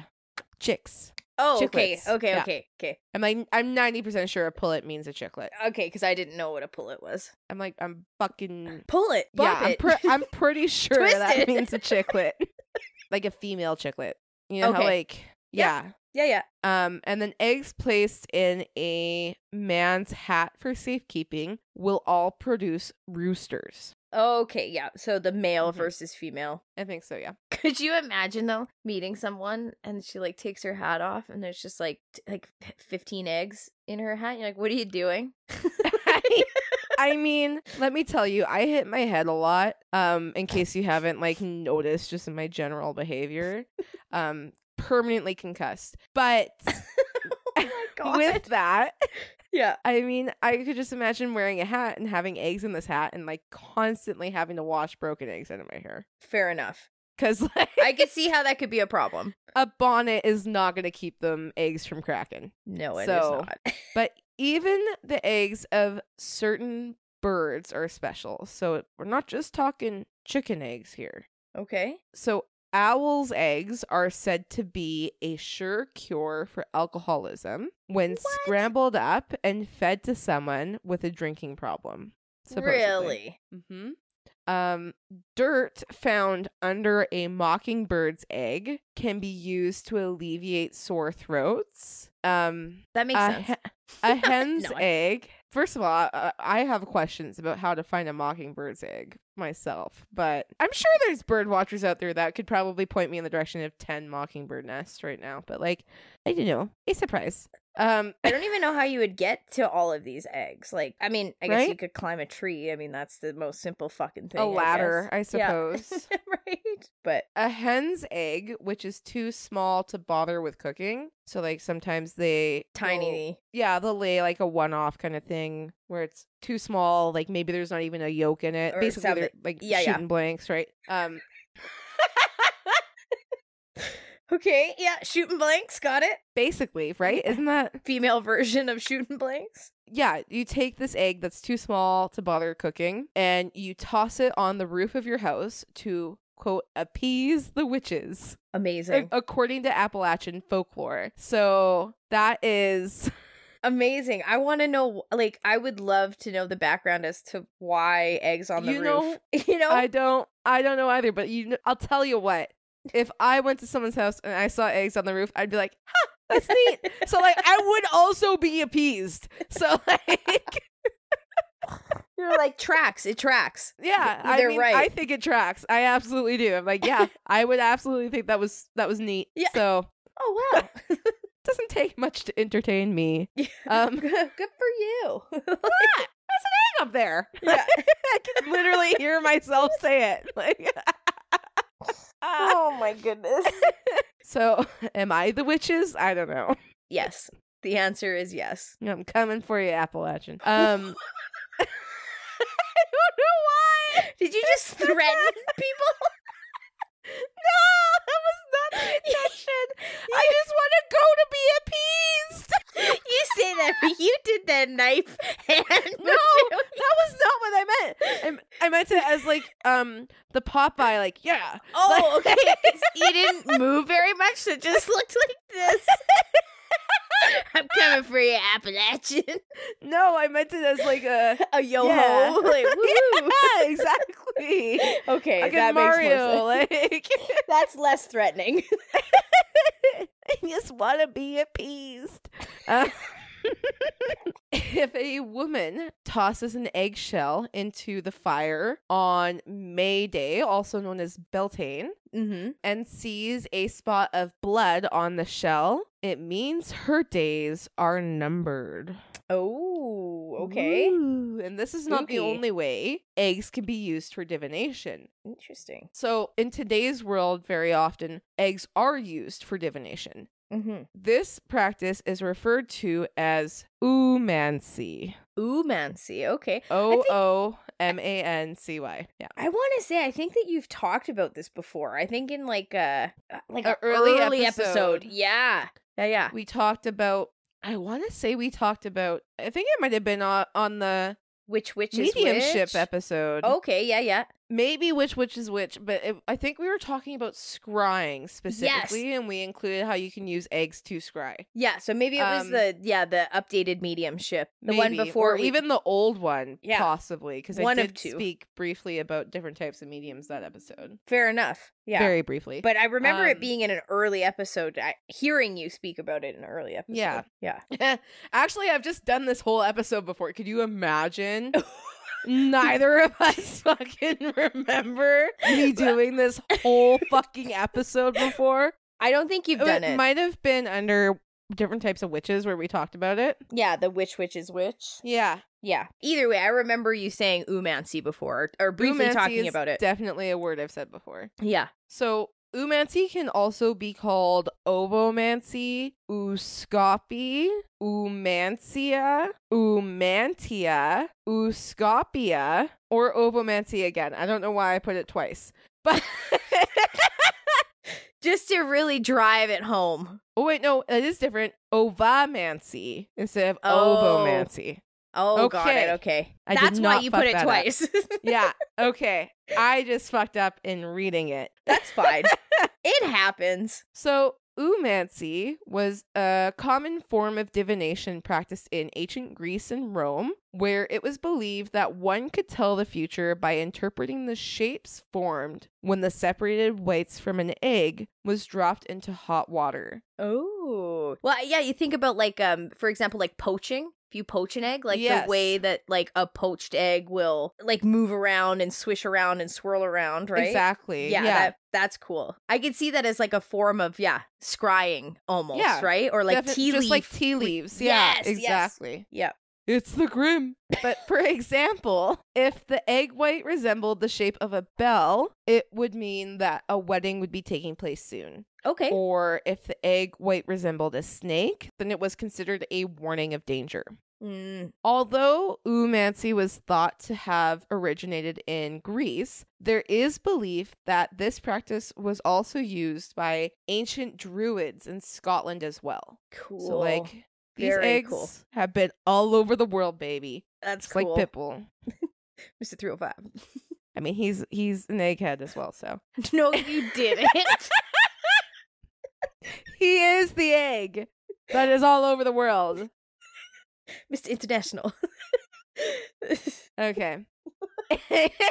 Speaker 2: chicks.
Speaker 1: oh, okay,
Speaker 2: Chiclets.
Speaker 1: okay,
Speaker 2: Yeah.
Speaker 1: okay, okay,
Speaker 2: I'm like, I'm ninety percent sure a pullet means a chicklet.
Speaker 1: okay. Because I didn't know what a pullet was.
Speaker 2: I'm like, I'm fucking
Speaker 1: Pull it.
Speaker 2: yeah.
Speaker 1: Bop
Speaker 2: I'm,
Speaker 1: it.
Speaker 2: pre- I'm pretty sure
Speaker 1: Twisted.
Speaker 2: that means a chicklet, like a female chicklet. You know how
Speaker 1: Okay.
Speaker 2: like
Speaker 1: Yeah.
Speaker 2: yeah.
Speaker 1: yeah, yeah.
Speaker 2: Um, and then eggs placed in a man's hat for safekeeping will all produce roosters.
Speaker 1: Oh, Okay, yeah. So the male
Speaker 2: Mhm.
Speaker 1: versus female.
Speaker 2: I think so. Yeah.
Speaker 1: Mm-hmm. Could you imagine though meeting someone and she like takes her hat off and there's just like t- like f- 15 eggs in her hat? You're like, what are you doing?
Speaker 2: I mean, let me tell you, I hit my head a lot. Um, in case you haven't like noticed, just in my general behavior, um, permanently concussed. But
Speaker 1: oh my god.
Speaker 2: with that,
Speaker 1: yeah.
Speaker 2: I mean, I could just imagine wearing a hat and having eggs in this hat and like constantly having to wash broken eggs out of my hair.
Speaker 1: Fair enough.
Speaker 2: Cause like
Speaker 1: I could see how that could be a problem.
Speaker 2: a bonnet is not gonna keep them eggs from cracking.
Speaker 1: No, it is
Speaker 2: So-
Speaker 1: not.
Speaker 2: But even the eggs of certain birds are special. So we're not just talking chicken eggs here.
Speaker 1: Okay.
Speaker 2: So owls' eggs are said to be a sure cure for alcoholism when
Speaker 1: What?
Speaker 2: scrambled up and fed to someone with a drinking problem. supposedly.
Speaker 1: Really?
Speaker 2: Mm-hmm. Um, dirt found under a mockingbird's egg can be used to alleviate sore throats. Um,
Speaker 1: That makes
Speaker 2: a,
Speaker 1: sense.
Speaker 2: he- a hen's
Speaker 1: No, I-
Speaker 2: egg. First of all, I, I have questions about how to find a mockingbird's egg myself, but I'm sure there's bird watchers out there that could probably point me in the direction of 10 mockingbird nests right now, but like, I don't know. A surprise. Um,
Speaker 1: I don't even know how you would get to all of these eggs. Like, I mean, I guess you
Speaker 2: Right?
Speaker 1: could climb a tree. I mean, that's the most simple fucking thing.
Speaker 2: a
Speaker 1: I guess.
Speaker 2: ladder, I,
Speaker 1: Yeah.
Speaker 2: suppose.
Speaker 1: right. But
Speaker 2: a hen's egg, which is too small to bother with cooking. So like sometimes they will-
Speaker 1: tiny.
Speaker 2: yeah, they'll lay like a one-off kind of thing where it's too small. Like maybe there's not even a yolk in it.
Speaker 1: Or
Speaker 2: Basically,
Speaker 1: some-
Speaker 2: they're like
Speaker 1: yeah, yeah.
Speaker 2: shooting blanks, right? Um,
Speaker 1: okay. Yeah. Shooting blanks. Got it.
Speaker 2: basically, right? Isn't that
Speaker 1: Female version of shooting blanks.
Speaker 2: yeah, you take this egg that's too small to bother cooking and you toss it on the roof of your house to quote appease the witches
Speaker 1: Amazing.
Speaker 2: a- according to Appalachian folklore. So that is
Speaker 1: Amazing. I want to know, like, I would love to know the background as to why eggs on the
Speaker 2: You
Speaker 1: roof. you know?
Speaker 2: I don't I don't know either, but you know, I'll tell you what. If I went to someone's house and I saw eggs on the roof, I'd be like, "Ha, that's neat." so like I would also be appeased. So like
Speaker 1: You're like, tracks. It tracks.
Speaker 2: yeah, I
Speaker 1: They're
Speaker 2: mean
Speaker 1: right.
Speaker 2: I think it tracks. I absolutely do. I'm like, yeah, I would absolutely think that was that was neat.
Speaker 1: Yeah.
Speaker 2: So
Speaker 1: Oh, wow.
Speaker 2: doesn't take much to entertain me.
Speaker 1: um,
Speaker 2: Um,
Speaker 1: good, good for you.
Speaker 2: Hang up there.
Speaker 1: Yeah.
Speaker 2: I can literally hear myself say it. Like
Speaker 1: Oh my goodness.
Speaker 2: So am I the witches? I don't know.
Speaker 1: yes. The answer is yes.
Speaker 2: I'm coming for you, Appalachian. Um don't know why.
Speaker 1: Did you just threaten people?
Speaker 2: No, that was not the intention. I just want to go to be appeased.
Speaker 1: You say that, but you did that knife and
Speaker 2: No, that was not what I meant. I'm- I, meant it as like um the Popeye, like yeah.
Speaker 1: Oh, okay. you didn't move very much, so it just looked like this. I'm coming for you, Appalachian.
Speaker 2: No, I meant it as like a
Speaker 1: A yo
Speaker 2: Yeah.
Speaker 1: ho. Like, woo.
Speaker 2: yeah, exactly.
Speaker 1: Okay,
Speaker 2: Like
Speaker 1: that
Speaker 2: in Mario,
Speaker 1: makes more sense.
Speaker 2: like
Speaker 1: That's less threatening.
Speaker 2: I just want to be appeased. Uh, if a woman tosses an eggshell into the fire on May Day, also known as Beltane,
Speaker 1: Mm-hmm.
Speaker 2: and sees a spot of blood on the shell, it means her days are numbered.
Speaker 1: Oh, okay.
Speaker 2: Ooh, and this is not the
Speaker 1: Spooky.
Speaker 2: only way eggs can be used for divination.
Speaker 1: Interesting.
Speaker 2: So, in today's world, very often eggs are used for divination.
Speaker 1: Mm-hmm.
Speaker 2: This practice is referred to as oomancy.
Speaker 1: Ooh, Mancy. Okay.
Speaker 2: O O M A N C Y. Yeah.
Speaker 1: I want to say I think that you've talked about this before. I think in like a like
Speaker 2: A
Speaker 1: an
Speaker 2: early
Speaker 1: early,
Speaker 2: episode.
Speaker 1: episode. Yeah. Yeah, yeah.
Speaker 2: We talked about, I want to say we talked about, I think it might have been on, on the
Speaker 1: Which which is
Speaker 2: mediumship
Speaker 1: which? Oh.
Speaker 2: episode.
Speaker 1: Okay, yeah, yeah.
Speaker 2: Maybe which which is which, but it, I think we were talking about scrying specifically, and we included how you can use eggs to scry.
Speaker 1: Yeah, so maybe it was
Speaker 2: Um,
Speaker 1: the yeah, the updated mediumship. The one
Speaker 2: Maybe,
Speaker 1: before
Speaker 2: or
Speaker 1: we-
Speaker 2: even the old one,
Speaker 1: Yeah.
Speaker 2: possibly, because I
Speaker 1: One of
Speaker 2: did
Speaker 1: two.
Speaker 2: speak briefly about different types of mediums that episode.
Speaker 1: fair enough. Yeah.
Speaker 2: Very briefly.
Speaker 1: but I remember
Speaker 2: um,
Speaker 1: it being in an early episode. I, hearing you speak about it in an early episode.
Speaker 2: Yeah.
Speaker 1: Yeah.
Speaker 2: Actually, I've just done this whole episode before. Could you imagine? Neither of us fucking remember me doing this whole fucking episode before.
Speaker 1: I don't think you've done it.
Speaker 2: might have been under different types of witches where we talked about it.
Speaker 1: yeah, the which which is which.
Speaker 2: Yeah,
Speaker 1: Yeah. Either way, I remember you saying oomancy before or, or briefly
Speaker 2: Oomancy
Speaker 1: talking
Speaker 2: is
Speaker 1: about it.
Speaker 2: Definitely a word I've said before.
Speaker 1: yeah.
Speaker 2: So oomancy can also be called ovomancy, ooscopy, oomancia, oomantia, ooscopia, or ovomancy again. I don't know why I put it twice, but.
Speaker 1: Just to really drive it home.
Speaker 2: Oh wait, no, that is different. Ovomancy instead of
Speaker 1: Oh.
Speaker 2: ovomancy.
Speaker 1: Oh, got
Speaker 2: Okay.
Speaker 1: it. Okay.
Speaker 2: I did
Speaker 1: That's why
Speaker 2: not
Speaker 1: you
Speaker 2: fuck
Speaker 1: put it
Speaker 2: that up.
Speaker 1: twice.
Speaker 2: Yeah, okay. I just fucked up in reading it.
Speaker 1: That's fine. it happens.
Speaker 2: So, oomancy was a common form of divination practiced in ancient Greece and Rome, where it was believed that one could tell the future by interpreting the shapes formed when the separated whites from an egg was dropped into hot water.
Speaker 1: Oh. Well, yeah, you think about like um for example like poaching. If you poach an egg, like
Speaker 2: Yes.
Speaker 1: the way that like a poached egg will like move around and swish around and swirl around, right?
Speaker 2: Exactly.
Speaker 1: Yeah, That, that's cool. I could see that as like a form of yeah, scrying almost,
Speaker 2: Yeah.
Speaker 1: right? Or like
Speaker 2: Defi-
Speaker 1: tea
Speaker 2: just
Speaker 1: leaf.
Speaker 2: like tea leaves.
Speaker 1: Re-
Speaker 2: Yeah,
Speaker 1: Yes, yes.
Speaker 2: exactly.
Speaker 1: Yeah.
Speaker 2: It's the grim. But for example, if the egg white resembled the shape of a bell, it would mean that a wedding would be taking place soon.
Speaker 1: okay.
Speaker 2: Or if the egg white resembled a snake, then it was considered a warning of danger.
Speaker 1: Mm,
Speaker 2: Although oomancy was thought to have originated in Greece, there is belief that this practice was also used by ancient druids in Scotland as well.
Speaker 1: cool.
Speaker 2: So like these
Speaker 1: Very
Speaker 2: eggs
Speaker 1: cool.
Speaker 2: have been all over the world, baby.
Speaker 1: that's
Speaker 2: It's
Speaker 1: cool.
Speaker 2: like Pitbull.
Speaker 1: Mr. 305.
Speaker 2: I mean, he's he's an egghead as well, so
Speaker 1: no, you didn't.
Speaker 2: he is the egg that is all over the world.
Speaker 1: Mr. International.
Speaker 2: Okay.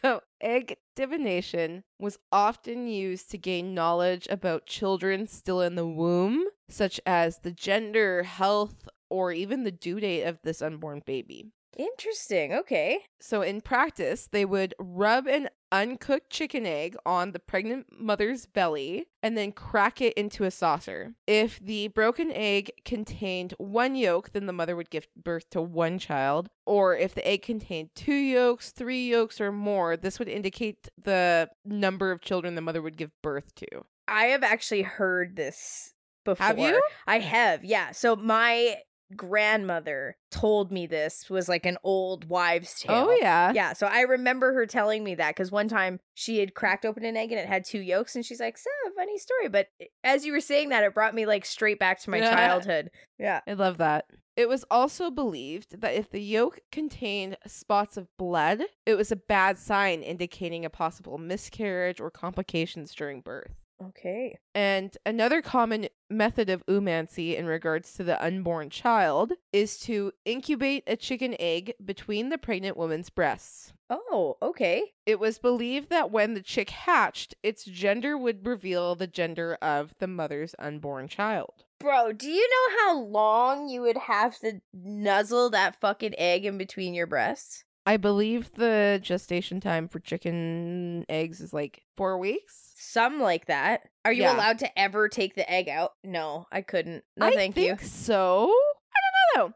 Speaker 2: so, egg divination was often used to gain knowledge about children still in the womb, such as the gender, health, or even the due date of this unborn baby.
Speaker 1: Interesting. Okay.
Speaker 2: So in practice, they would rub an uncooked chicken egg on the pregnant mother's belly and then crack it into a saucer. If the broken egg contained one yolk, then the mother would give birth to one child, or if the egg contained two yolks, three yolks or more, this would indicate the number of children the mother would give birth to.
Speaker 1: I have actually heard this before.
Speaker 2: Have you?
Speaker 1: I have, yeah. So my grandmother told me this was like an old wives' tale.
Speaker 2: Oh yeah.
Speaker 1: Yeah, so I remember her telling me that because one time she had cracked open an egg and it had two yolks, and she's like, "So funny story." But as you were saying that, it brought me like straight back to my
Speaker 2: Yeah.
Speaker 1: childhood. Yeah.
Speaker 2: I love that. It was also believed that if the yolk contained spots of blood, it was a bad sign indicating a possible miscarriage or complications during birth.
Speaker 1: Okay.
Speaker 2: And another common method of oomancy in regards to the unborn child is to incubate a chicken egg between the pregnant woman's breasts.
Speaker 1: Oh, okay.
Speaker 2: It was believed that when the chick hatched, its gender would reveal the gender of the mother's unborn child.
Speaker 1: Bro, do you know how long you would have to nuzzle that fucking egg in between your breasts?
Speaker 2: I believe the gestation time for chicken eggs is like four weeks.
Speaker 1: Some like that. Are you
Speaker 2: Yeah.
Speaker 1: allowed to ever take the egg out? No, I couldn't. No,
Speaker 2: I
Speaker 1: thank
Speaker 2: think
Speaker 1: you.
Speaker 2: So I don't know though.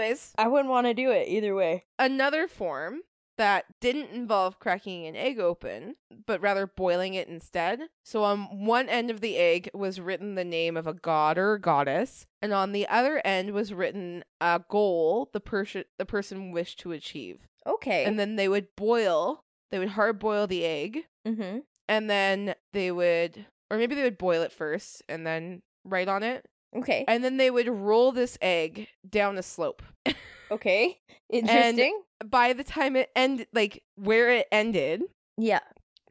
Speaker 2: Anyways,
Speaker 1: I wouldn't want to do it either way.
Speaker 2: another form that didn't involve cracking an egg open, but rather boiling it instead. So on one end of the egg was written the name of a god or goddess, and on the other end was written a goal the person the person wished to achieve.
Speaker 1: Okay.
Speaker 2: And then they would boil, they would hard boil the egg,
Speaker 1: mm-hmm.
Speaker 2: and then they would or maybe they would boil it first and then write on it.
Speaker 1: Okay.
Speaker 2: And then they would roll this egg down a slope.
Speaker 1: okay. Interesting.
Speaker 2: By the time it end like where it ended,
Speaker 1: yeah.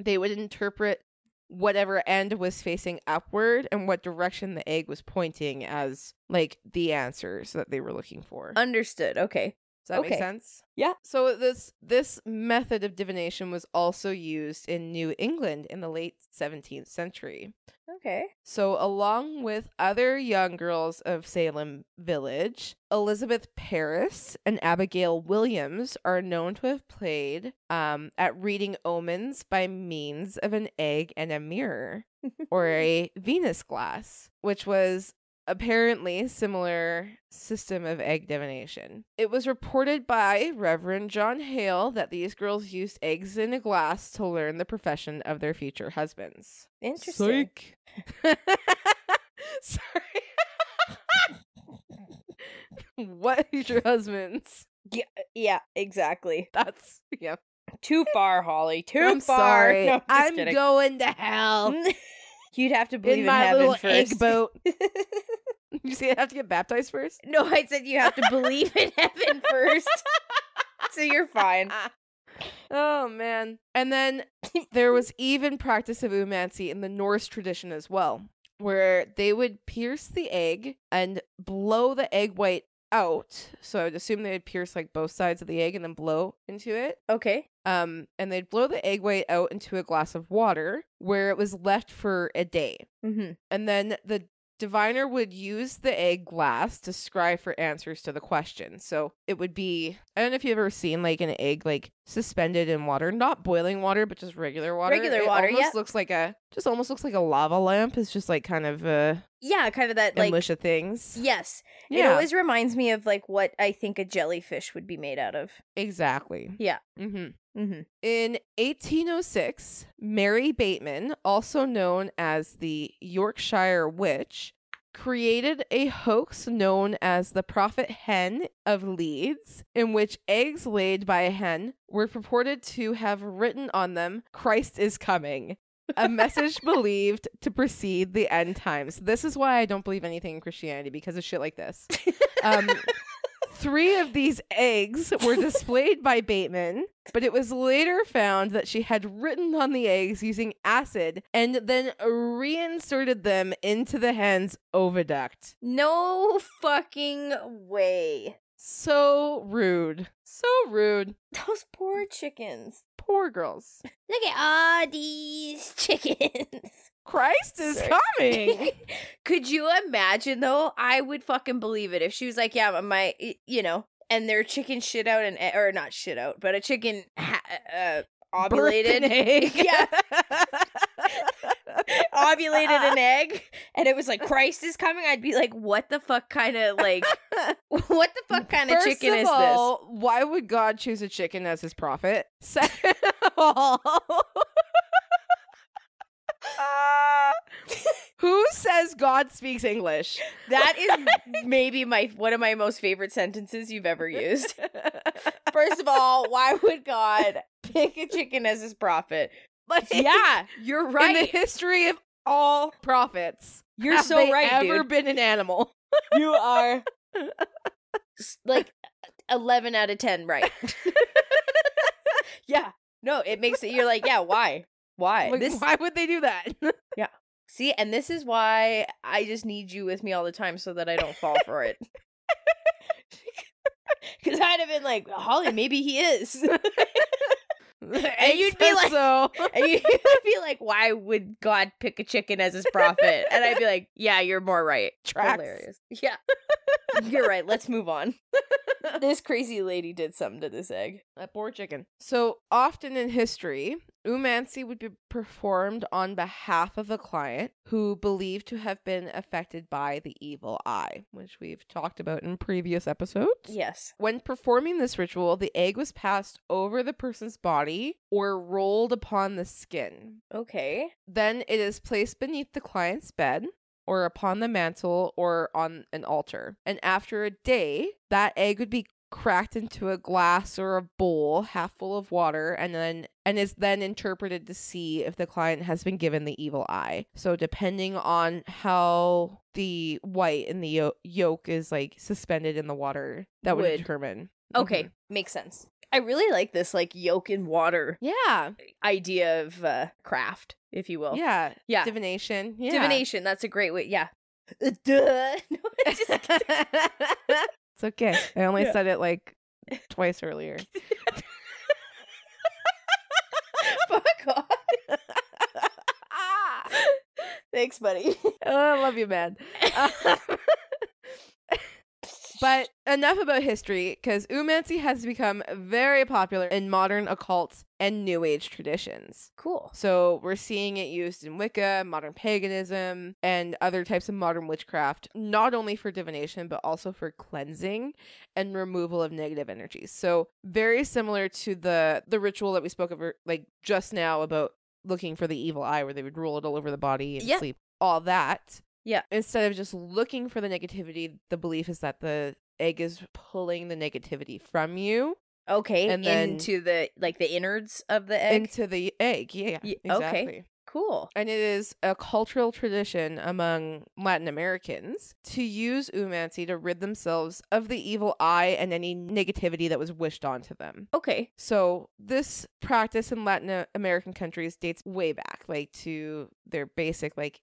Speaker 2: they would interpret whatever end was facing upward and what direction the egg was pointing as like the answers that they were looking for. Does
Speaker 1: Understood. Okay.
Speaker 2: that make
Speaker 1: Uh, okay.
Speaker 2: sense?
Speaker 1: Yeah.
Speaker 2: So this this method of divination was also used in New England in the late 17th century.
Speaker 1: Okay.
Speaker 2: So, along with other young girls of Salem Village, Elizabeth Paris and Abigail Williams are known to have played um, at reading omens by means of an egg and a mirror or a Venus glass, which was apparently similar system of egg divination. It was reported by Reverend John Hale that these girls used eggs in a glass to learn the profession of their future husbands.
Speaker 1: Interesting.
Speaker 2: Psych. Sorry. what is your husband's?
Speaker 1: Yeah, exactly.
Speaker 2: That's yeah.
Speaker 1: Too far, Holly. Too
Speaker 2: I'm
Speaker 1: far.
Speaker 2: sorry.
Speaker 1: No, just
Speaker 2: I'm
Speaker 1: kidding.
Speaker 2: going to hell
Speaker 1: You'd have to believe
Speaker 2: in
Speaker 1: in,
Speaker 2: my
Speaker 1: heaven
Speaker 2: little
Speaker 1: first.
Speaker 2: egg boat. You see, I have to get baptized first.
Speaker 1: no, I said you have to believe in heaven first. so you're fine.
Speaker 2: Oh man. And then there was even practice of umancy in the Norse tradition as well, where they would pierce the egg and blow the egg white out. So I would assume they would pierce like both sides of the egg and then blow into it.
Speaker 1: Okay.
Speaker 2: Um, and they'd blow the egg white out into a glass of water where it was left for a day.
Speaker 1: Mm-hmm.
Speaker 2: And then the diviner would use the egg glass to scry for answers to the question. So it would be I don't know if you've ever seen like an egg like suspended in water, not boiling water, but just regular water.
Speaker 1: Regular
Speaker 2: It
Speaker 1: water,
Speaker 2: almost
Speaker 1: yeah.
Speaker 2: looks like a just almost looks like a lava lamp. It's just like kind of uh
Speaker 1: Yeah, kind of that like
Speaker 2: English of things.
Speaker 1: yes. It
Speaker 2: Yeah.
Speaker 1: always reminds me of like what I think a jellyfish would be made out of.
Speaker 2: exactly.
Speaker 1: Yeah.
Speaker 2: Mm-hmm.
Speaker 1: Mm-hmm.
Speaker 2: In 1806, Mary Bateman, also known as the Yorkshire Witch, created a hoax known as the Prophet Hen of Leeds, in which eggs laid by a hen were purported to have written on them, Christ is coming. a message believed to precede the end times. This is why I don't believe anything in Christianity because of shit like this. Um, three of these eggs were displayed by Bateman, but it was later found that she had written on the eggs using acid and then reinserted them into the hen's oviduct.
Speaker 1: No fucking way.
Speaker 2: So rude. So rude.
Speaker 1: Those poor chickens.
Speaker 2: Poor girls.
Speaker 1: Look at all these chickens.
Speaker 2: Christ is
Speaker 1: Sorry.
Speaker 2: coming.
Speaker 1: Could you imagine though? I would fucking believe it if she was like, "Yeah, my, y- you know," and their chicken shit out and eh, or not shit out, but a chicken ha- uh,
Speaker 2: Birthed
Speaker 1: ovulated,
Speaker 2: an egg.
Speaker 1: Yeah. ovulated an egg, and it was like Christ is coming. I'd be like, "What the fuck kind of like, what the fuck kind of
Speaker 2: First
Speaker 1: chicken
Speaker 2: of
Speaker 1: is
Speaker 2: all, Why would God choose a chicken as his prophet? Second of all,
Speaker 1: uh,
Speaker 2: Ah. Who says God speaks English?
Speaker 1: That is maybe my one of my most favorite sentences you've ever used. First of all, why would God pick a chicken as his prophet? But yeah, you're
Speaker 2: In the
Speaker 1: right.
Speaker 2: history of all prophets,
Speaker 1: You're
Speaker 2: have
Speaker 1: so
Speaker 2: they
Speaker 1: right,
Speaker 2: Ever
Speaker 1: dude.
Speaker 2: been an animal?
Speaker 1: You are
Speaker 2: uh,
Speaker 1: s- like 11 out of 10 right. yeah. No, it makes it you're like, yeah, why? Why?
Speaker 2: Like,
Speaker 1: this
Speaker 2: why would they do that?
Speaker 1: See, and this is why I just need you with me all the time so that I don't fall for it. Cuz I'd have been like, "Holly, maybe he is."
Speaker 2: and
Speaker 1: you'd be like-
Speaker 2: so.
Speaker 1: And you would be like, why would God pick a chicken as his prophet? And I'd be like, yeah, you're more right.
Speaker 2: Tracks.
Speaker 1: Hilarious. Yeah. you're right. Let's move on. this crazy lady did something to this egg.
Speaker 2: That poor chicken. So often in history, umancy would be performed on behalf of a client who believed to have been affected by the evil eye, which we've talked about in previous episodes.
Speaker 1: Yes.
Speaker 2: When performing this ritual, the egg was passed over the person's body or rolled upon the skin.
Speaker 1: Okay.
Speaker 2: Then it is placed beneath the client's bed or upon the mantle or on an altar. And after a day, that egg would be cracked into a glass or a bowl half full of water and then and is then interpreted to see if the client has been given the evil eye. So depending on how the white and the yo- yolk is like suspended in the water, that would,
Speaker 1: Would.
Speaker 2: determine.
Speaker 1: Okay.
Speaker 2: Mhm.
Speaker 1: Makes sense. I really like this like yolk and water
Speaker 2: Yeah.
Speaker 1: idea of uh, craft, if you will.
Speaker 2: Yeah.
Speaker 1: Yeah.
Speaker 2: Divination. Yeah.
Speaker 1: Divination. That's a great way. Yeah. Uh, Duh. No, I just-
Speaker 2: It's okay. I only
Speaker 1: Yeah.
Speaker 2: said it like twice earlier.
Speaker 1: Fuck off. Ah. Thanks, buddy.
Speaker 2: Oh, I love you, man. Um, but enough about history, because umancy has become very popular in modern occult and New Age traditions.
Speaker 1: cool.
Speaker 2: So we're seeing it used in Wicca, modern paganism, and other types of modern witchcraft, not only for divination, but also for cleansing and removal of negative energies. So very similar to the the ritual that we spoke of er- like just now about looking for the evil eye where they would roll it all over the body and
Speaker 1: Yeah.
Speaker 2: sleep. All that.
Speaker 1: Yeah.
Speaker 2: Instead of just looking for the negativity, the belief is that the egg is pulling the negativity from you
Speaker 1: Okay,
Speaker 2: And
Speaker 1: and
Speaker 2: then-
Speaker 1: into the like the innards of the egg.
Speaker 2: into the egg. Yeah.
Speaker 1: Ye- okay.
Speaker 2: exactly.
Speaker 1: cool.
Speaker 2: and it is a cultural tradition among Latin Americans to use umancy to rid themselves of the evil eye and any negativity that was wished onto them.
Speaker 1: Okay.
Speaker 2: So, this practice in Latin uh, American countries dates way back, like to their basic, like,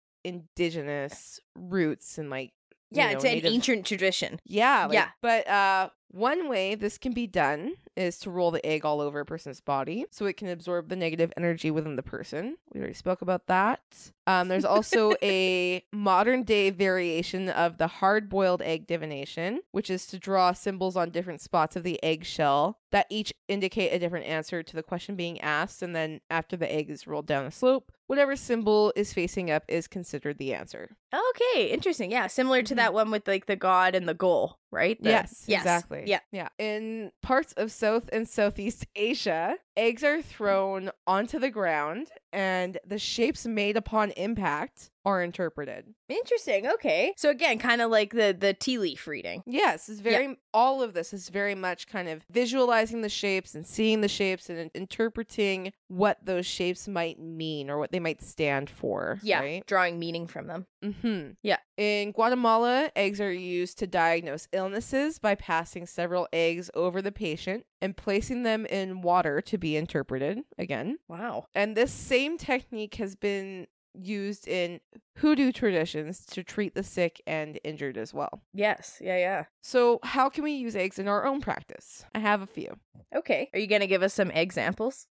Speaker 2: indigenous roots and, like, you
Speaker 1: Yeah,
Speaker 2: know,
Speaker 1: it's an
Speaker 2: native-
Speaker 1: ancient tradition.
Speaker 2: yeah, like-
Speaker 1: Yeah.
Speaker 2: But uh, one way this can be done is to roll the egg all over a person's body, so it can absorb the negative energy within the person. We already spoke about that. Um, there's also a modern day variation of the hard boiled egg divination, which is to draw symbols on different spots of the eggshell that each indicate a different answer to the question being asked. And then after the egg is rolled down a slope, whatever symbol is facing up is considered the answer.
Speaker 1: Okay, interesting. Yeah, similar to
Speaker 2: Mhm.
Speaker 1: that one with like the god and the goal, right? The-
Speaker 2: yes, exactly.
Speaker 1: Yeah.
Speaker 2: yeah. In parts of South and Southeast Asia, eggs are thrown onto the ground, and the shapes made upon impact are interpreted.
Speaker 1: Interesting. Okay. So again, kind of like the the tea leaf reading.
Speaker 2: Yes, it's very all of this is very much kind of visualizing the shapes and seeing the shapes and in- interpreting what those shapes might mean or what they might stand for.
Speaker 1: Yeah,
Speaker 2: right?
Speaker 1: drawing meaning from them.
Speaker 2: Mm-hmm.
Speaker 1: Yeah.
Speaker 2: In Guatemala, eggs are used to diagnose illnesses by passing several eggs over the patient and placing them in water to be interpreted again.
Speaker 1: Wow.
Speaker 2: And this same technique has been used in hoodoo traditions to treat the sick and injured as well.
Speaker 1: Yes. Yeah. Yeah.
Speaker 2: So, how can we use eggs in our own practice? I have a few.
Speaker 1: Okay. Are you gonna give us some examples?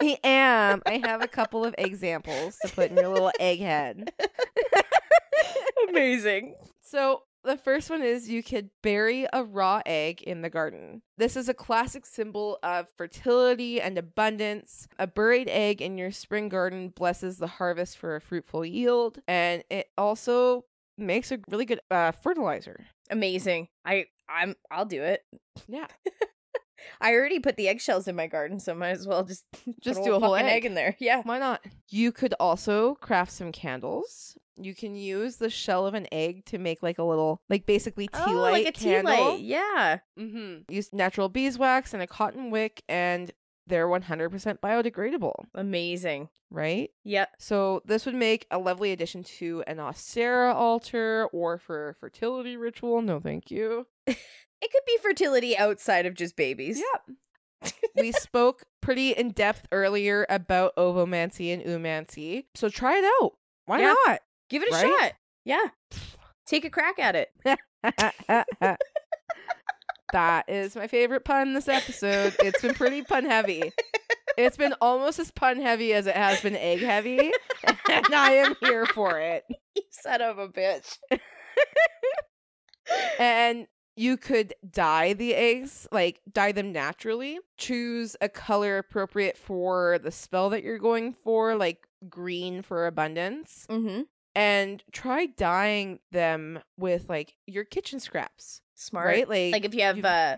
Speaker 2: I am. I have a couple of examples to put in your little egg head.
Speaker 1: Amazing.
Speaker 2: So the first one is you could bury a raw egg in the garden. This is a classic symbol of fertility and abundance. A buried egg in your spring garden blesses the harvest for a fruitful yield, and it also makes a really good uh, fertilizer.
Speaker 1: Amazing. I I'm I'll do it.
Speaker 2: Yeah.
Speaker 1: I already put the eggshells in my garden, so might as well just put
Speaker 2: Just do a whole
Speaker 1: fucking
Speaker 2: egg.
Speaker 1: in there. Yeah.
Speaker 2: Why not? You could also craft some candles. You can use the shell of an egg to make like a little, like basically tea
Speaker 1: oh,
Speaker 2: light
Speaker 1: like a tea
Speaker 2: candle.
Speaker 1: light. Yeah.
Speaker 2: Mm-hmm. Use natural beeswax and a cotton wick, and they're 100% biodegradable,
Speaker 1: Amazing.
Speaker 2: right?
Speaker 1: Yep.
Speaker 2: So this would make a lovely addition to an Ostera altar or for fertility ritual. No, thank you.
Speaker 1: It could be fertility outside of just babies.
Speaker 2: Yep. we spoke pretty in depth earlier about ovomancy and oomancy. So try it out. Why
Speaker 1: Yeah.
Speaker 2: not?
Speaker 1: Give it a
Speaker 2: Right?
Speaker 1: shot. Yeah. Take a crack at it.
Speaker 2: that is my favorite pun this episode. It's been pretty pun heavy. It's been almost as pun heavy as it has been egg heavy, and I am here for it.
Speaker 1: You son of a bitch.
Speaker 2: And you could dye the eggs, like dye them naturally. Choose a color appropriate for the spell that you're going for, like green for abundance.
Speaker 1: Mm-hmm.
Speaker 2: And try dyeing them with like your kitchen scraps,
Speaker 1: Smart.
Speaker 2: right?
Speaker 1: Like if you have
Speaker 2: you've-
Speaker 1: uh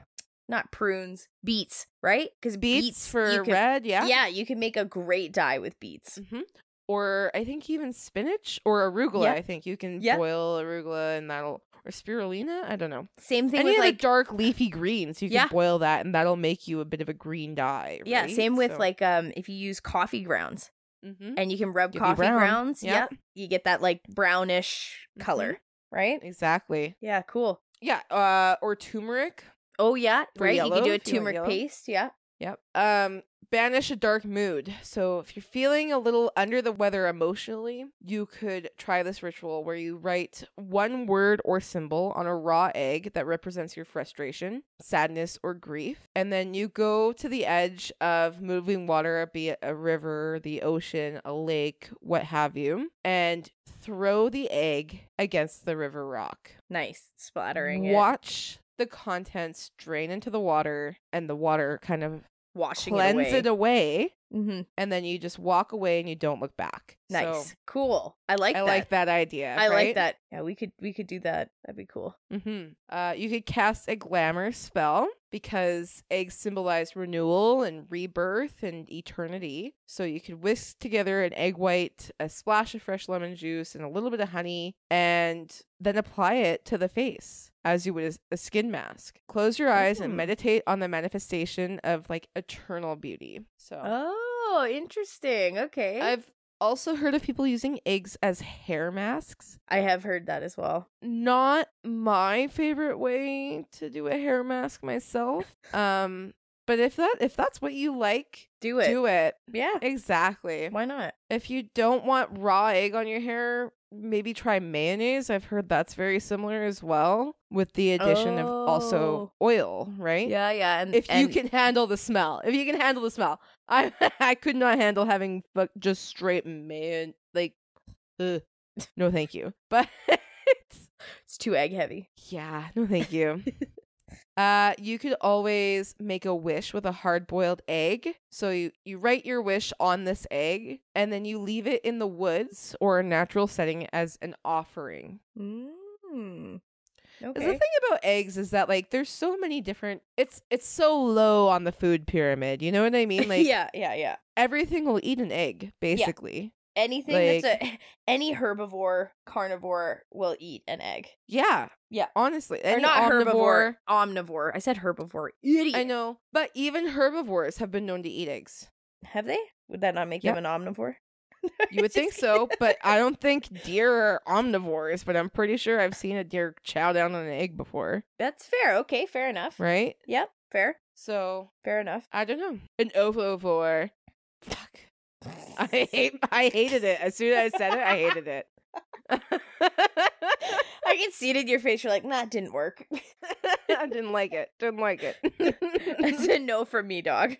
Speaker 1: not prunes, beets, right? Because
Speaker 2: beets, for red, yeah.
Speaker 1: Yeah, you can make a great dye with beets.
Speaker 2: hmm Or I think even spinach or arugula.
Speaker 1: Yeah.
Speaker 2: I think you can
Speaker 1: Yeah.
Speaker 2: boil arugula and that'll or spirulina. I don't know.
Speaker 1: Same thing
Speaker 2: Any
Speaker 1: with
Speaker 2: of
Speaker 1: like
Speaker 2: the dark leafy greens, you can
Speaker 1: Yeah.
Speaker 2: boil that and that'll make you a bit of a green dye.
Speaker 1: yeah,
Speaker 2: right?
Speaker 1: same with
Speaker 2: So-
Speaker 1: like um if you use coffee grounds
Speaker 2: Mhm.
Speaker 1: and you can rub
Speaker 2: You'll be
Speaker 1: coffee
Speaker 2: brown. Mm-hmm.
Speaker 1: grounds, yeah,
Speaker 2: Yeah.
Speaker 1: you get that like brownish color, right?
Speaker 2: exactly.
Speaker 1: Yeah, cool.
Speaker 2: Yeah. Uh, or turmeric.
Speaker 1: Oh yeah,
Speaker 2: For
Speaker 1: right. you
Speaker 2: yellow,
Speaker 1: can do a
Speaker 2: if you want
Speaker 1: turmeric
Speaker 2: yellow.
Speaker 1: paste. Yeah.
Speaker 2: Yep. Um, banish a dark mood. So if you're feeling a little under the weather emotionally, you could try this ritual where you write one word or symbol on a raw egg that represents your frustration, sadness, or grief. And then you go to the edge of moving water, be it a river, the ocean, a lake, what have you, and throw the egg against the river rock.
Speaker 1: Nice splattering it,
Speaker 2: Watch the contents drain into the water and the water kind of
Speaker 1: washing
Speaker 2: cleanse
Speaker 1: it away.
Speaker 2: it away,
Speaker 1: mm-hmm.
Speaker 2: and then you just walk away and you don't look back. So,
Speaker 1: Nice, cool. I like
Speaker 2: I
Speaker 1: that.
Speaker 2: like that idea.
Speaker 1: I like
Speaker 2: right?
Speaker 1: that. Yeah, we could we could do that. That'd be cool.
Speaker 2: Mhm. Uh, you could cast a glamour spell because eggs symbolize renewal and rebirth and eternity. So you could whisk together an egg white, a splash of fresh lemon juice, and a little bit of honey, and then apply it to the face as you would as a skin mask. Close your eyes
Speaker 1: Mm.
Speaker 2: and meditate on the manifestation of like eternal beauty. So.
Speaker 1: Oh, interesting. Okay, I've,
Speaker 2: I've also heard of people using eggs as hair masks.
Speaker 1: I have heard that as well.
Speaker 2: Not my favorite way to do a hair mask myself. Um, but if that if that's what you like,
Speaker 1: Do it.
Speaker 2: do it.
Speaker 1: Yeah.
Speaker 2: Exactly.
Speaker 1: Why not?
Speaker 2: If you don't want raw egg on your hair, maybe try mayonnaise. I've heard that's very similar as well with the addition of also
Speaker 1: Oh.
Speaker 2: oil, right?
Speaker 1: Yeah, yeah. And
Speaker 2: If
Speaker 1: Mm, and
Speaker 2: you can handle the smell, if you can handle the smell, I I could not handle having fuck just straight man like, ugh. no thank you. But
Speaker 1: it's too egg heavy.
Speaker 2: yeah, no thank you. Uh, you could always make a wish with a hard boiled egg. So you, you write your wish on this egg and then you leave it in the woods or a natural setting as an offering.
Speaker 1: Mm.
Speaker 2: 'Cause
Speaker 1: Okay.
Speaker 2: The thing about eggs is that like there's so many different it's it's so low on the food pyramid. You know what I mean? Like
Speaker 1: yeah, yeah, yeah.
Speaker 2: everything will eat an egg, basically.
Speaker 1: Anything that's a any herbivore, carnivore will eat an egg.
Speaker 2: Yeah.
Speaker 1: Yeah.
Speaker 2: Honestly.
Speaker 1: Or
Speaker 2: and
Speaker 1: not herbivore,
Speaker 2: omnivore.
Speaker 1: omnivore. I said herbivore. Idiot.
Speaker 2: I know. But even herbivores have been known to eat eggs.
Speaker 1: Have they? Would that not make them an omnivore?
Speaker 2: You would think
Speaker 1: Just
Speaker 2: so, but I don't think deer are omnivores, but I'm pretty sure I've seen a deer chow down on an egg before.
Speaker 1: That's fair. Okay, fair enough.
Speaker 2: Right?
Speaker 1: Yep, fair,
Speaker 2: So
Speaker 1: fair enough.
Speaker 2: I don't know. An ovovore. Fuck. I hate I hated it. As soon as I said it, I hated it.
Speaker 1: I can see it in your face. You're like, nah, it didn't work.
Speaker 2: I didn't like it. Didn't like
Speaker 1: It's
Speaker 2: it.
Speaker 1: a no from me, dog.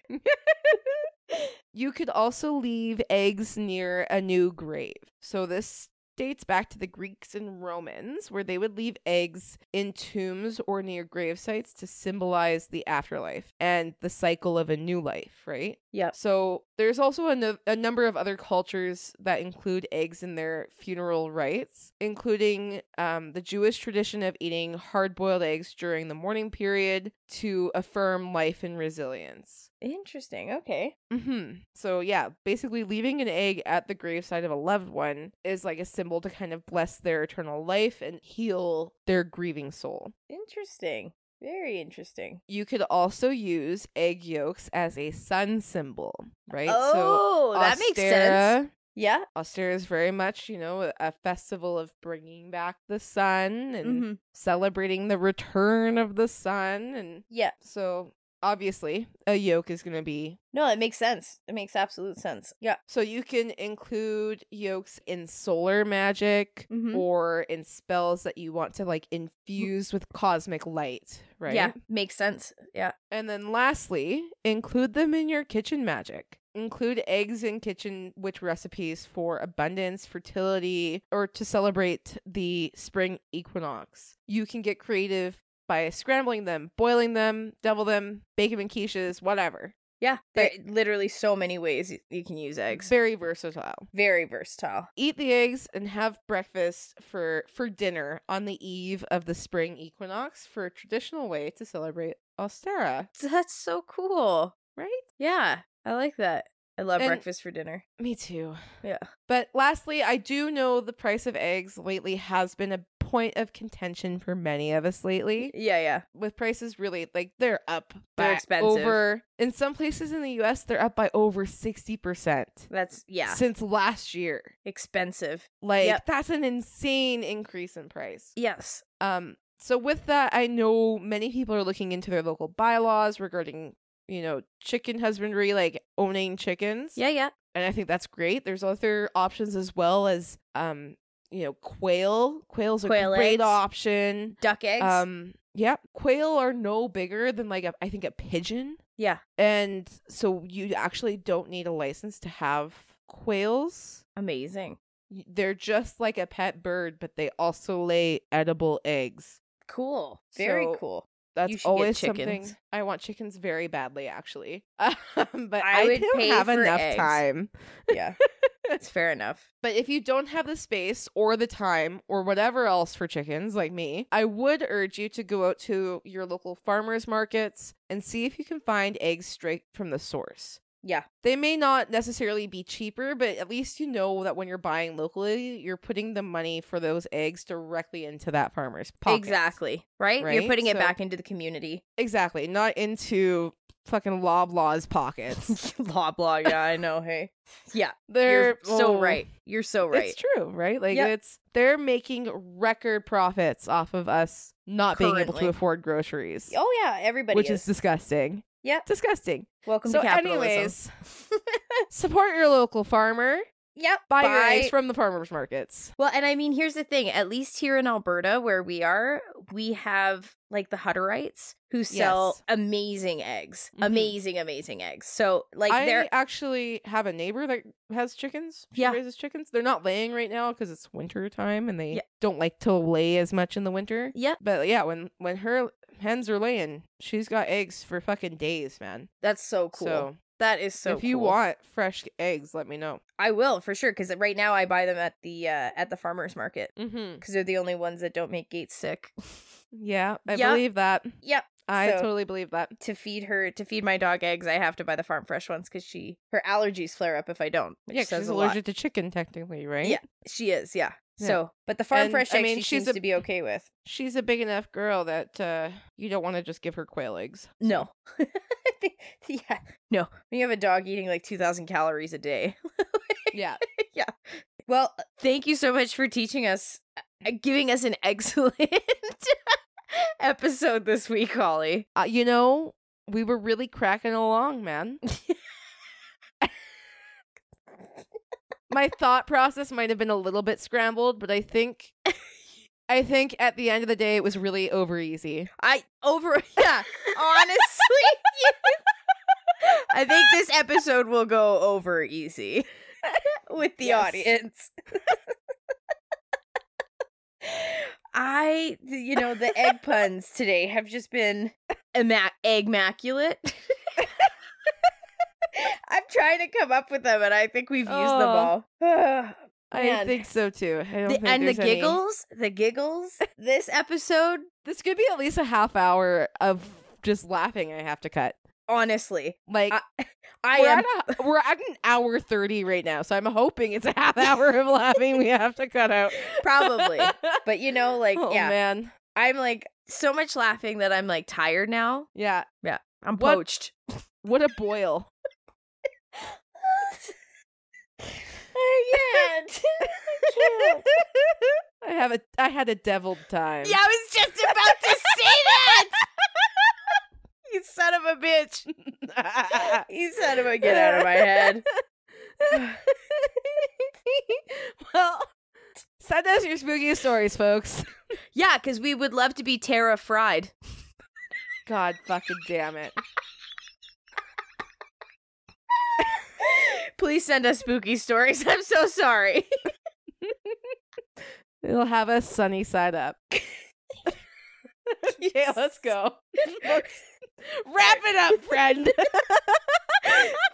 Speaker 2: you could also leave eggs near a new grave. So this dates back to the Greeks and Romans, where they would leave eggs in tombs or near gravesites to symbolize the afterlife and the cycle of a new life, right?
Speaker 1: Yep.
Speaker 2: So there's also a, nu- a number of other cultures that include eggs in their funeral rites, including um, the Jewish tradition of eating hard boiled eggs during the mourning period to affirm life and resilience.
Speaker 1: Interesting. Okay.
Speaker 2: Mm-hmm. So yeah, basically leaving an egg at the graveside of a loved one is like a symbol to kind of bless their eternal life and heal their grieving soul.
Speaker 1: Interesting. Very interesting.
Speaker 2: You could also use egg yolks as a sun symbol, right?
Speaker 1: oh, that makes sense. Yeah.
Speaker 2: Ostera is very much, you know, a- a festival of bringing back the sun and
Speaker 1: hmm
Speaker 2: celebrating the return of the sun. And
Speaker 1: Yeah.
Speaker 2: so, obviously, a yolk is going to be
Speaker 1: No, it makes sense. It makes absolute sense. Yeah.
Speaker 2: So you can include yolks in solar magic
Speaker 1: Mhm.
Speaker 2: or in spells that you want to like infuse with cosmic light, right?
Speaker 1: Yeah. Makes sense. Yeah.
Speaker 2: And then lastly, include them in your kitchen magic. Include eggs in kitchen witch recipes for abundance, fertility, or to celebrate the spring equinox. You can get creative by scrambling them, boiling them, devil them, bake them in quiches, whatever.
Speaker 1: Yeah. There are literally so many ways you, you can use eggs.
Speaker 2: Very versatile.
Speaker 1: Very versatile.
Speaker 2: eat the eggs and have breakfast for for dinner on the eve of the spring equinox for a traditional way to celebrate Ostera,
Speaker 1: That's so cool.
Speaker 2: right?
Speaker 1: Yeah. I like that. I love
Speaker 2: And-
Speaker 1: breakfast for dinner.
Speaker 2: Me too.
Speaker 1: Yeah.
Speaker 2: But lastly, I do know the price of eggs lately has been a point of contention for many of us lately.
Speaker 1: Yeah. Yeah.
Speaker 2: With prices really like they're up
Speaker 1: They're
Speaker 2: by
Speaker 1: expensive.
Speaker 2: over in some places in the US they're up by over 60%
Speaker 1: That's, yeah.
Speaker 2: since last year.
Speaker 1: Expensive.
Speaker 2: Like
Speaker 1: Yep.
Speaker 2: that's an insane increase in price.
Speaker 1: Yes.
Speaker 2: Um, so with that, I know many people are looking into their local bylaws regarding, you know, chicken husbandry, like owning chickens.
Speaker 1: Yeah. Yeah.
Speaker 2: And I think that's great. There's other options as well as um, you know, quail. Quail's
Speaker 1: Quail
Speaker 2: a great
Speaker 1: eggs.
Speaker 2: option.
Speaker 1: Duck eggs.
Speaker 2: Um, yeah, quail are no bigger than like a, I think a pigeon.
Speaker 1: Yeah.
Speaker 2: And so you actually don't need a license to have quails.
Speaker 1: Amazing.
Speaker 2: Y- They're just like a pet bird, but they also lay edible eggs.
Speaker 1: Cool. Very
Speaker 2: So,
Speaker 1: cool. should
Speaker 2: That's
Speaker 1: get
Speaker 2: always
Speaker 1: chickens.
Speaker 2: something I want chickens very badly, actually. Um, but I,
Speaker 1: I would
Speaker 2: don't
Speaker 1: pay
Speaker 2: have
Speaker 1: for
Speaker 2: enough
Speaker 1: eggs.
Speaker 2: time.
Speaker 1: Yeah. That's fair enough.
Speaker 2: But if you don't have the space or the time or whatever else for chickens like me, I would urge you to go out to your local farmers markets and see if you can find eggs straight from the source.
Speaker 1: Yeah.
Speaker 2: They may not necessarily be cheaper, but at least you know that when you're buying locally, you're putting the money for those eggs directly into that farmer's pocket.
Speaker 1: Exactly. Right? You're
Speaker 2: Right?
Speaker 1: putting it
Speaker 2: So-
Speaker 1: back into the community.
Speaker 2: Exactly. Not into fucking Loblaw's pockets.
Speaker 1: blah blah. Yeah, I know. Hey. Yeah.
Speaker 2: They're
Speaker 1: You're so
Speaker 2: oh,
Speaker 1: right. You're so right.
Speaker 2: It's true, right? Like
Speaker 1: Yep.
Speaker 2: it's they're making record profits off of us not being able
Speaker 1: Currently.
Speaker 2: to afford groceries.
Speaker 1: Oh yeah, everybody
Speaker 2: which is
Speaker 1: is.
Speaker 2: disgusting.
Speaker 1: Yep.
Speaker 2: Disgusting.
Speaker 1: Welcome
Speaker 2: so
Speaker 1: to capitalism.
Speaker 2: anyways, support your local farmer.
Speaker 1: yep.
Speaker 2: Buy, your
Speaker 1: Buy-
Speaker 2: eggs from the farmers markets.
Speaker 1: Well, and I mean, here's the thing. At least here in Alberta, where we are, we have like the Hutterites who sell
Speaker 2: Yes.
Speaker 1: amazing eggs,
Speaker 2: Mhm.
Speaker 1: amazing, amazing eggs. So like
Speaker 2: I
Speaker 1: they're
Speaker 2: actually have a neighbor that has chickens. She
Speaker 1: Yeah.
Speaker 2: raises chickens. They're not laying right now because it's winter time and they
Speaker 1: Yeah.
Speaker 2: don't like to lay as much in the winter.
Speaker 1: yeah,
Speaker 2: But yeah, when when her hens are laying, she's got eggs for fucking days, man.
Speaker 1: that's so cool.
Speaker 2: So,
Speaker 1: that is so.
Speaker 2: if you
Speaker 1: cool.
Speaker 2: want fresh eggs, let me know.
Speaker 1: I will for sure because right now I buy them at the uh, at the farmers market
Speaker 2: Mm-hmm.
Speaker 1: because they're the only ones that don't make gates sick.
Speaker 2: Yeah, I
Speaker 1: Yeah.
Speaker 2: believe that.
Speaker 1: yep.
Speaker 2: I
Speaker 1: So-
Speaker 2: totally believe that.
Speaker 1: to feed her to feed my dog eggs, I have to buy the farm fresh ones because she her allergies flare up if I don't. Which
Speaker 2: yeah, 'cause
Speaker 1: says
Speaker 2: she's
Speaker 1: a
Speaker 2: allergic
Speaker 1: Lot.
Speaker 2: to chicken, technically, right?
Speaker 1: Yeah. She is, yeah.
Speaker 2: Yeah.
Speaker 1: So, but the farm
Speaker 2: And,
Speaker 1: fresh
Speaker 2: I
Speaker 1: eggs
Speaker 2: mean,
Speaker 1: she
Speaker 2: she's
Speaker 1: seems
Speaker 2: a-
Speaker 1: to be okay with.
Speaker 2: She's a big enough girl that uh, you don't want to just give her quail eggs.
Speaker 1: No, yeah, no. When you have a dog eating like two thousand calories a day.
Speaker 2: yeah.
Speaker 1: Well, uh, thank you so much for teaching us, uh, giving us an excellent episode this week, Holly.
Speaker 2: Uh, you know, we were really cracking along, man. My thought process might have been a little bit scrambled, but I think. I think at the end of the day, it was really over easy.
Speaker 1: I over yeah, honestly. I think this episode will go over easy with the
Speaker 2: Yes.
Speaker 1: audience. I, you know, the egg puns today have just been imma- eggmaculate. I'm trying to come up with them, and I think we've used
Speaker 2: Oh.
Speaker 1: them all.
Speaker 2: I
Speaker 1: Man.
Speaker 2: think so too. I don't
Speaker 1: The-
Speaker 2: think
Speaker 1: and the
Speaker 2: there's any-
Speaker 1: giggles, the giggles. This episode,
Speaker 2: This could be at least a half hour of just laughing. I have to cut.
Speaker 1: honestly,
Speaker 2: Like
Speaker 1: I
Speaker 2: we're,
Speaker 1: am
Speaker 2: At a, we're at an hour thirty right now, so I'm hoping it's a half hour of laughing we have to cut out.
Speaker 1: probably, but you know, like,
Speaker 2: oh
Speaker 1: yeah,
Speaker 2: man,
Speaker 1: I'm like so much laughing that I'm like tired now.
Speaker 2: yeah.
Speaker 1: I'm
Speaker 2: What-
Speaker 1: poached.
Speaker 2: What a boil.
Speaker 1: I can't.
Speaker 2: I have a. I had a deviled time.
Speaker 1: Yeah, I was just about to say that. you son of a bitch.
Speaker 2: Yeah.
Speaker 1: You son of a get out of my head.
Speaker 2: well, send us your spooky stories, folks.
Speaker 1: Yeah, because we would love to be Tara fried.
Speaker 2: God fucking damn it.
Speaker 1: Please send us spooky stories. I'm so sorry.
Speaker 2: It'll have us sunny side up. Okay, let's go. Wrap it up, friend.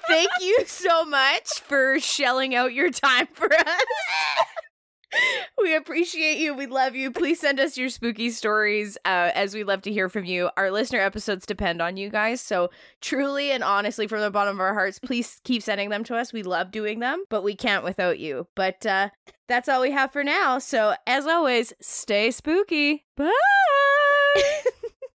Speaker 1: Thank you so much for shelling out your time for us. We appreciate you. We love you. Please send us your spooky stories uh, as we love to hear from you. Our listener episodes depend on you guys. So, truly and honestly, from the bottom of our hearts, please keep sending them to us. We love doing them, but we can't without you. But uh, that's all we have for now. So, as always, stay spooky. Bye.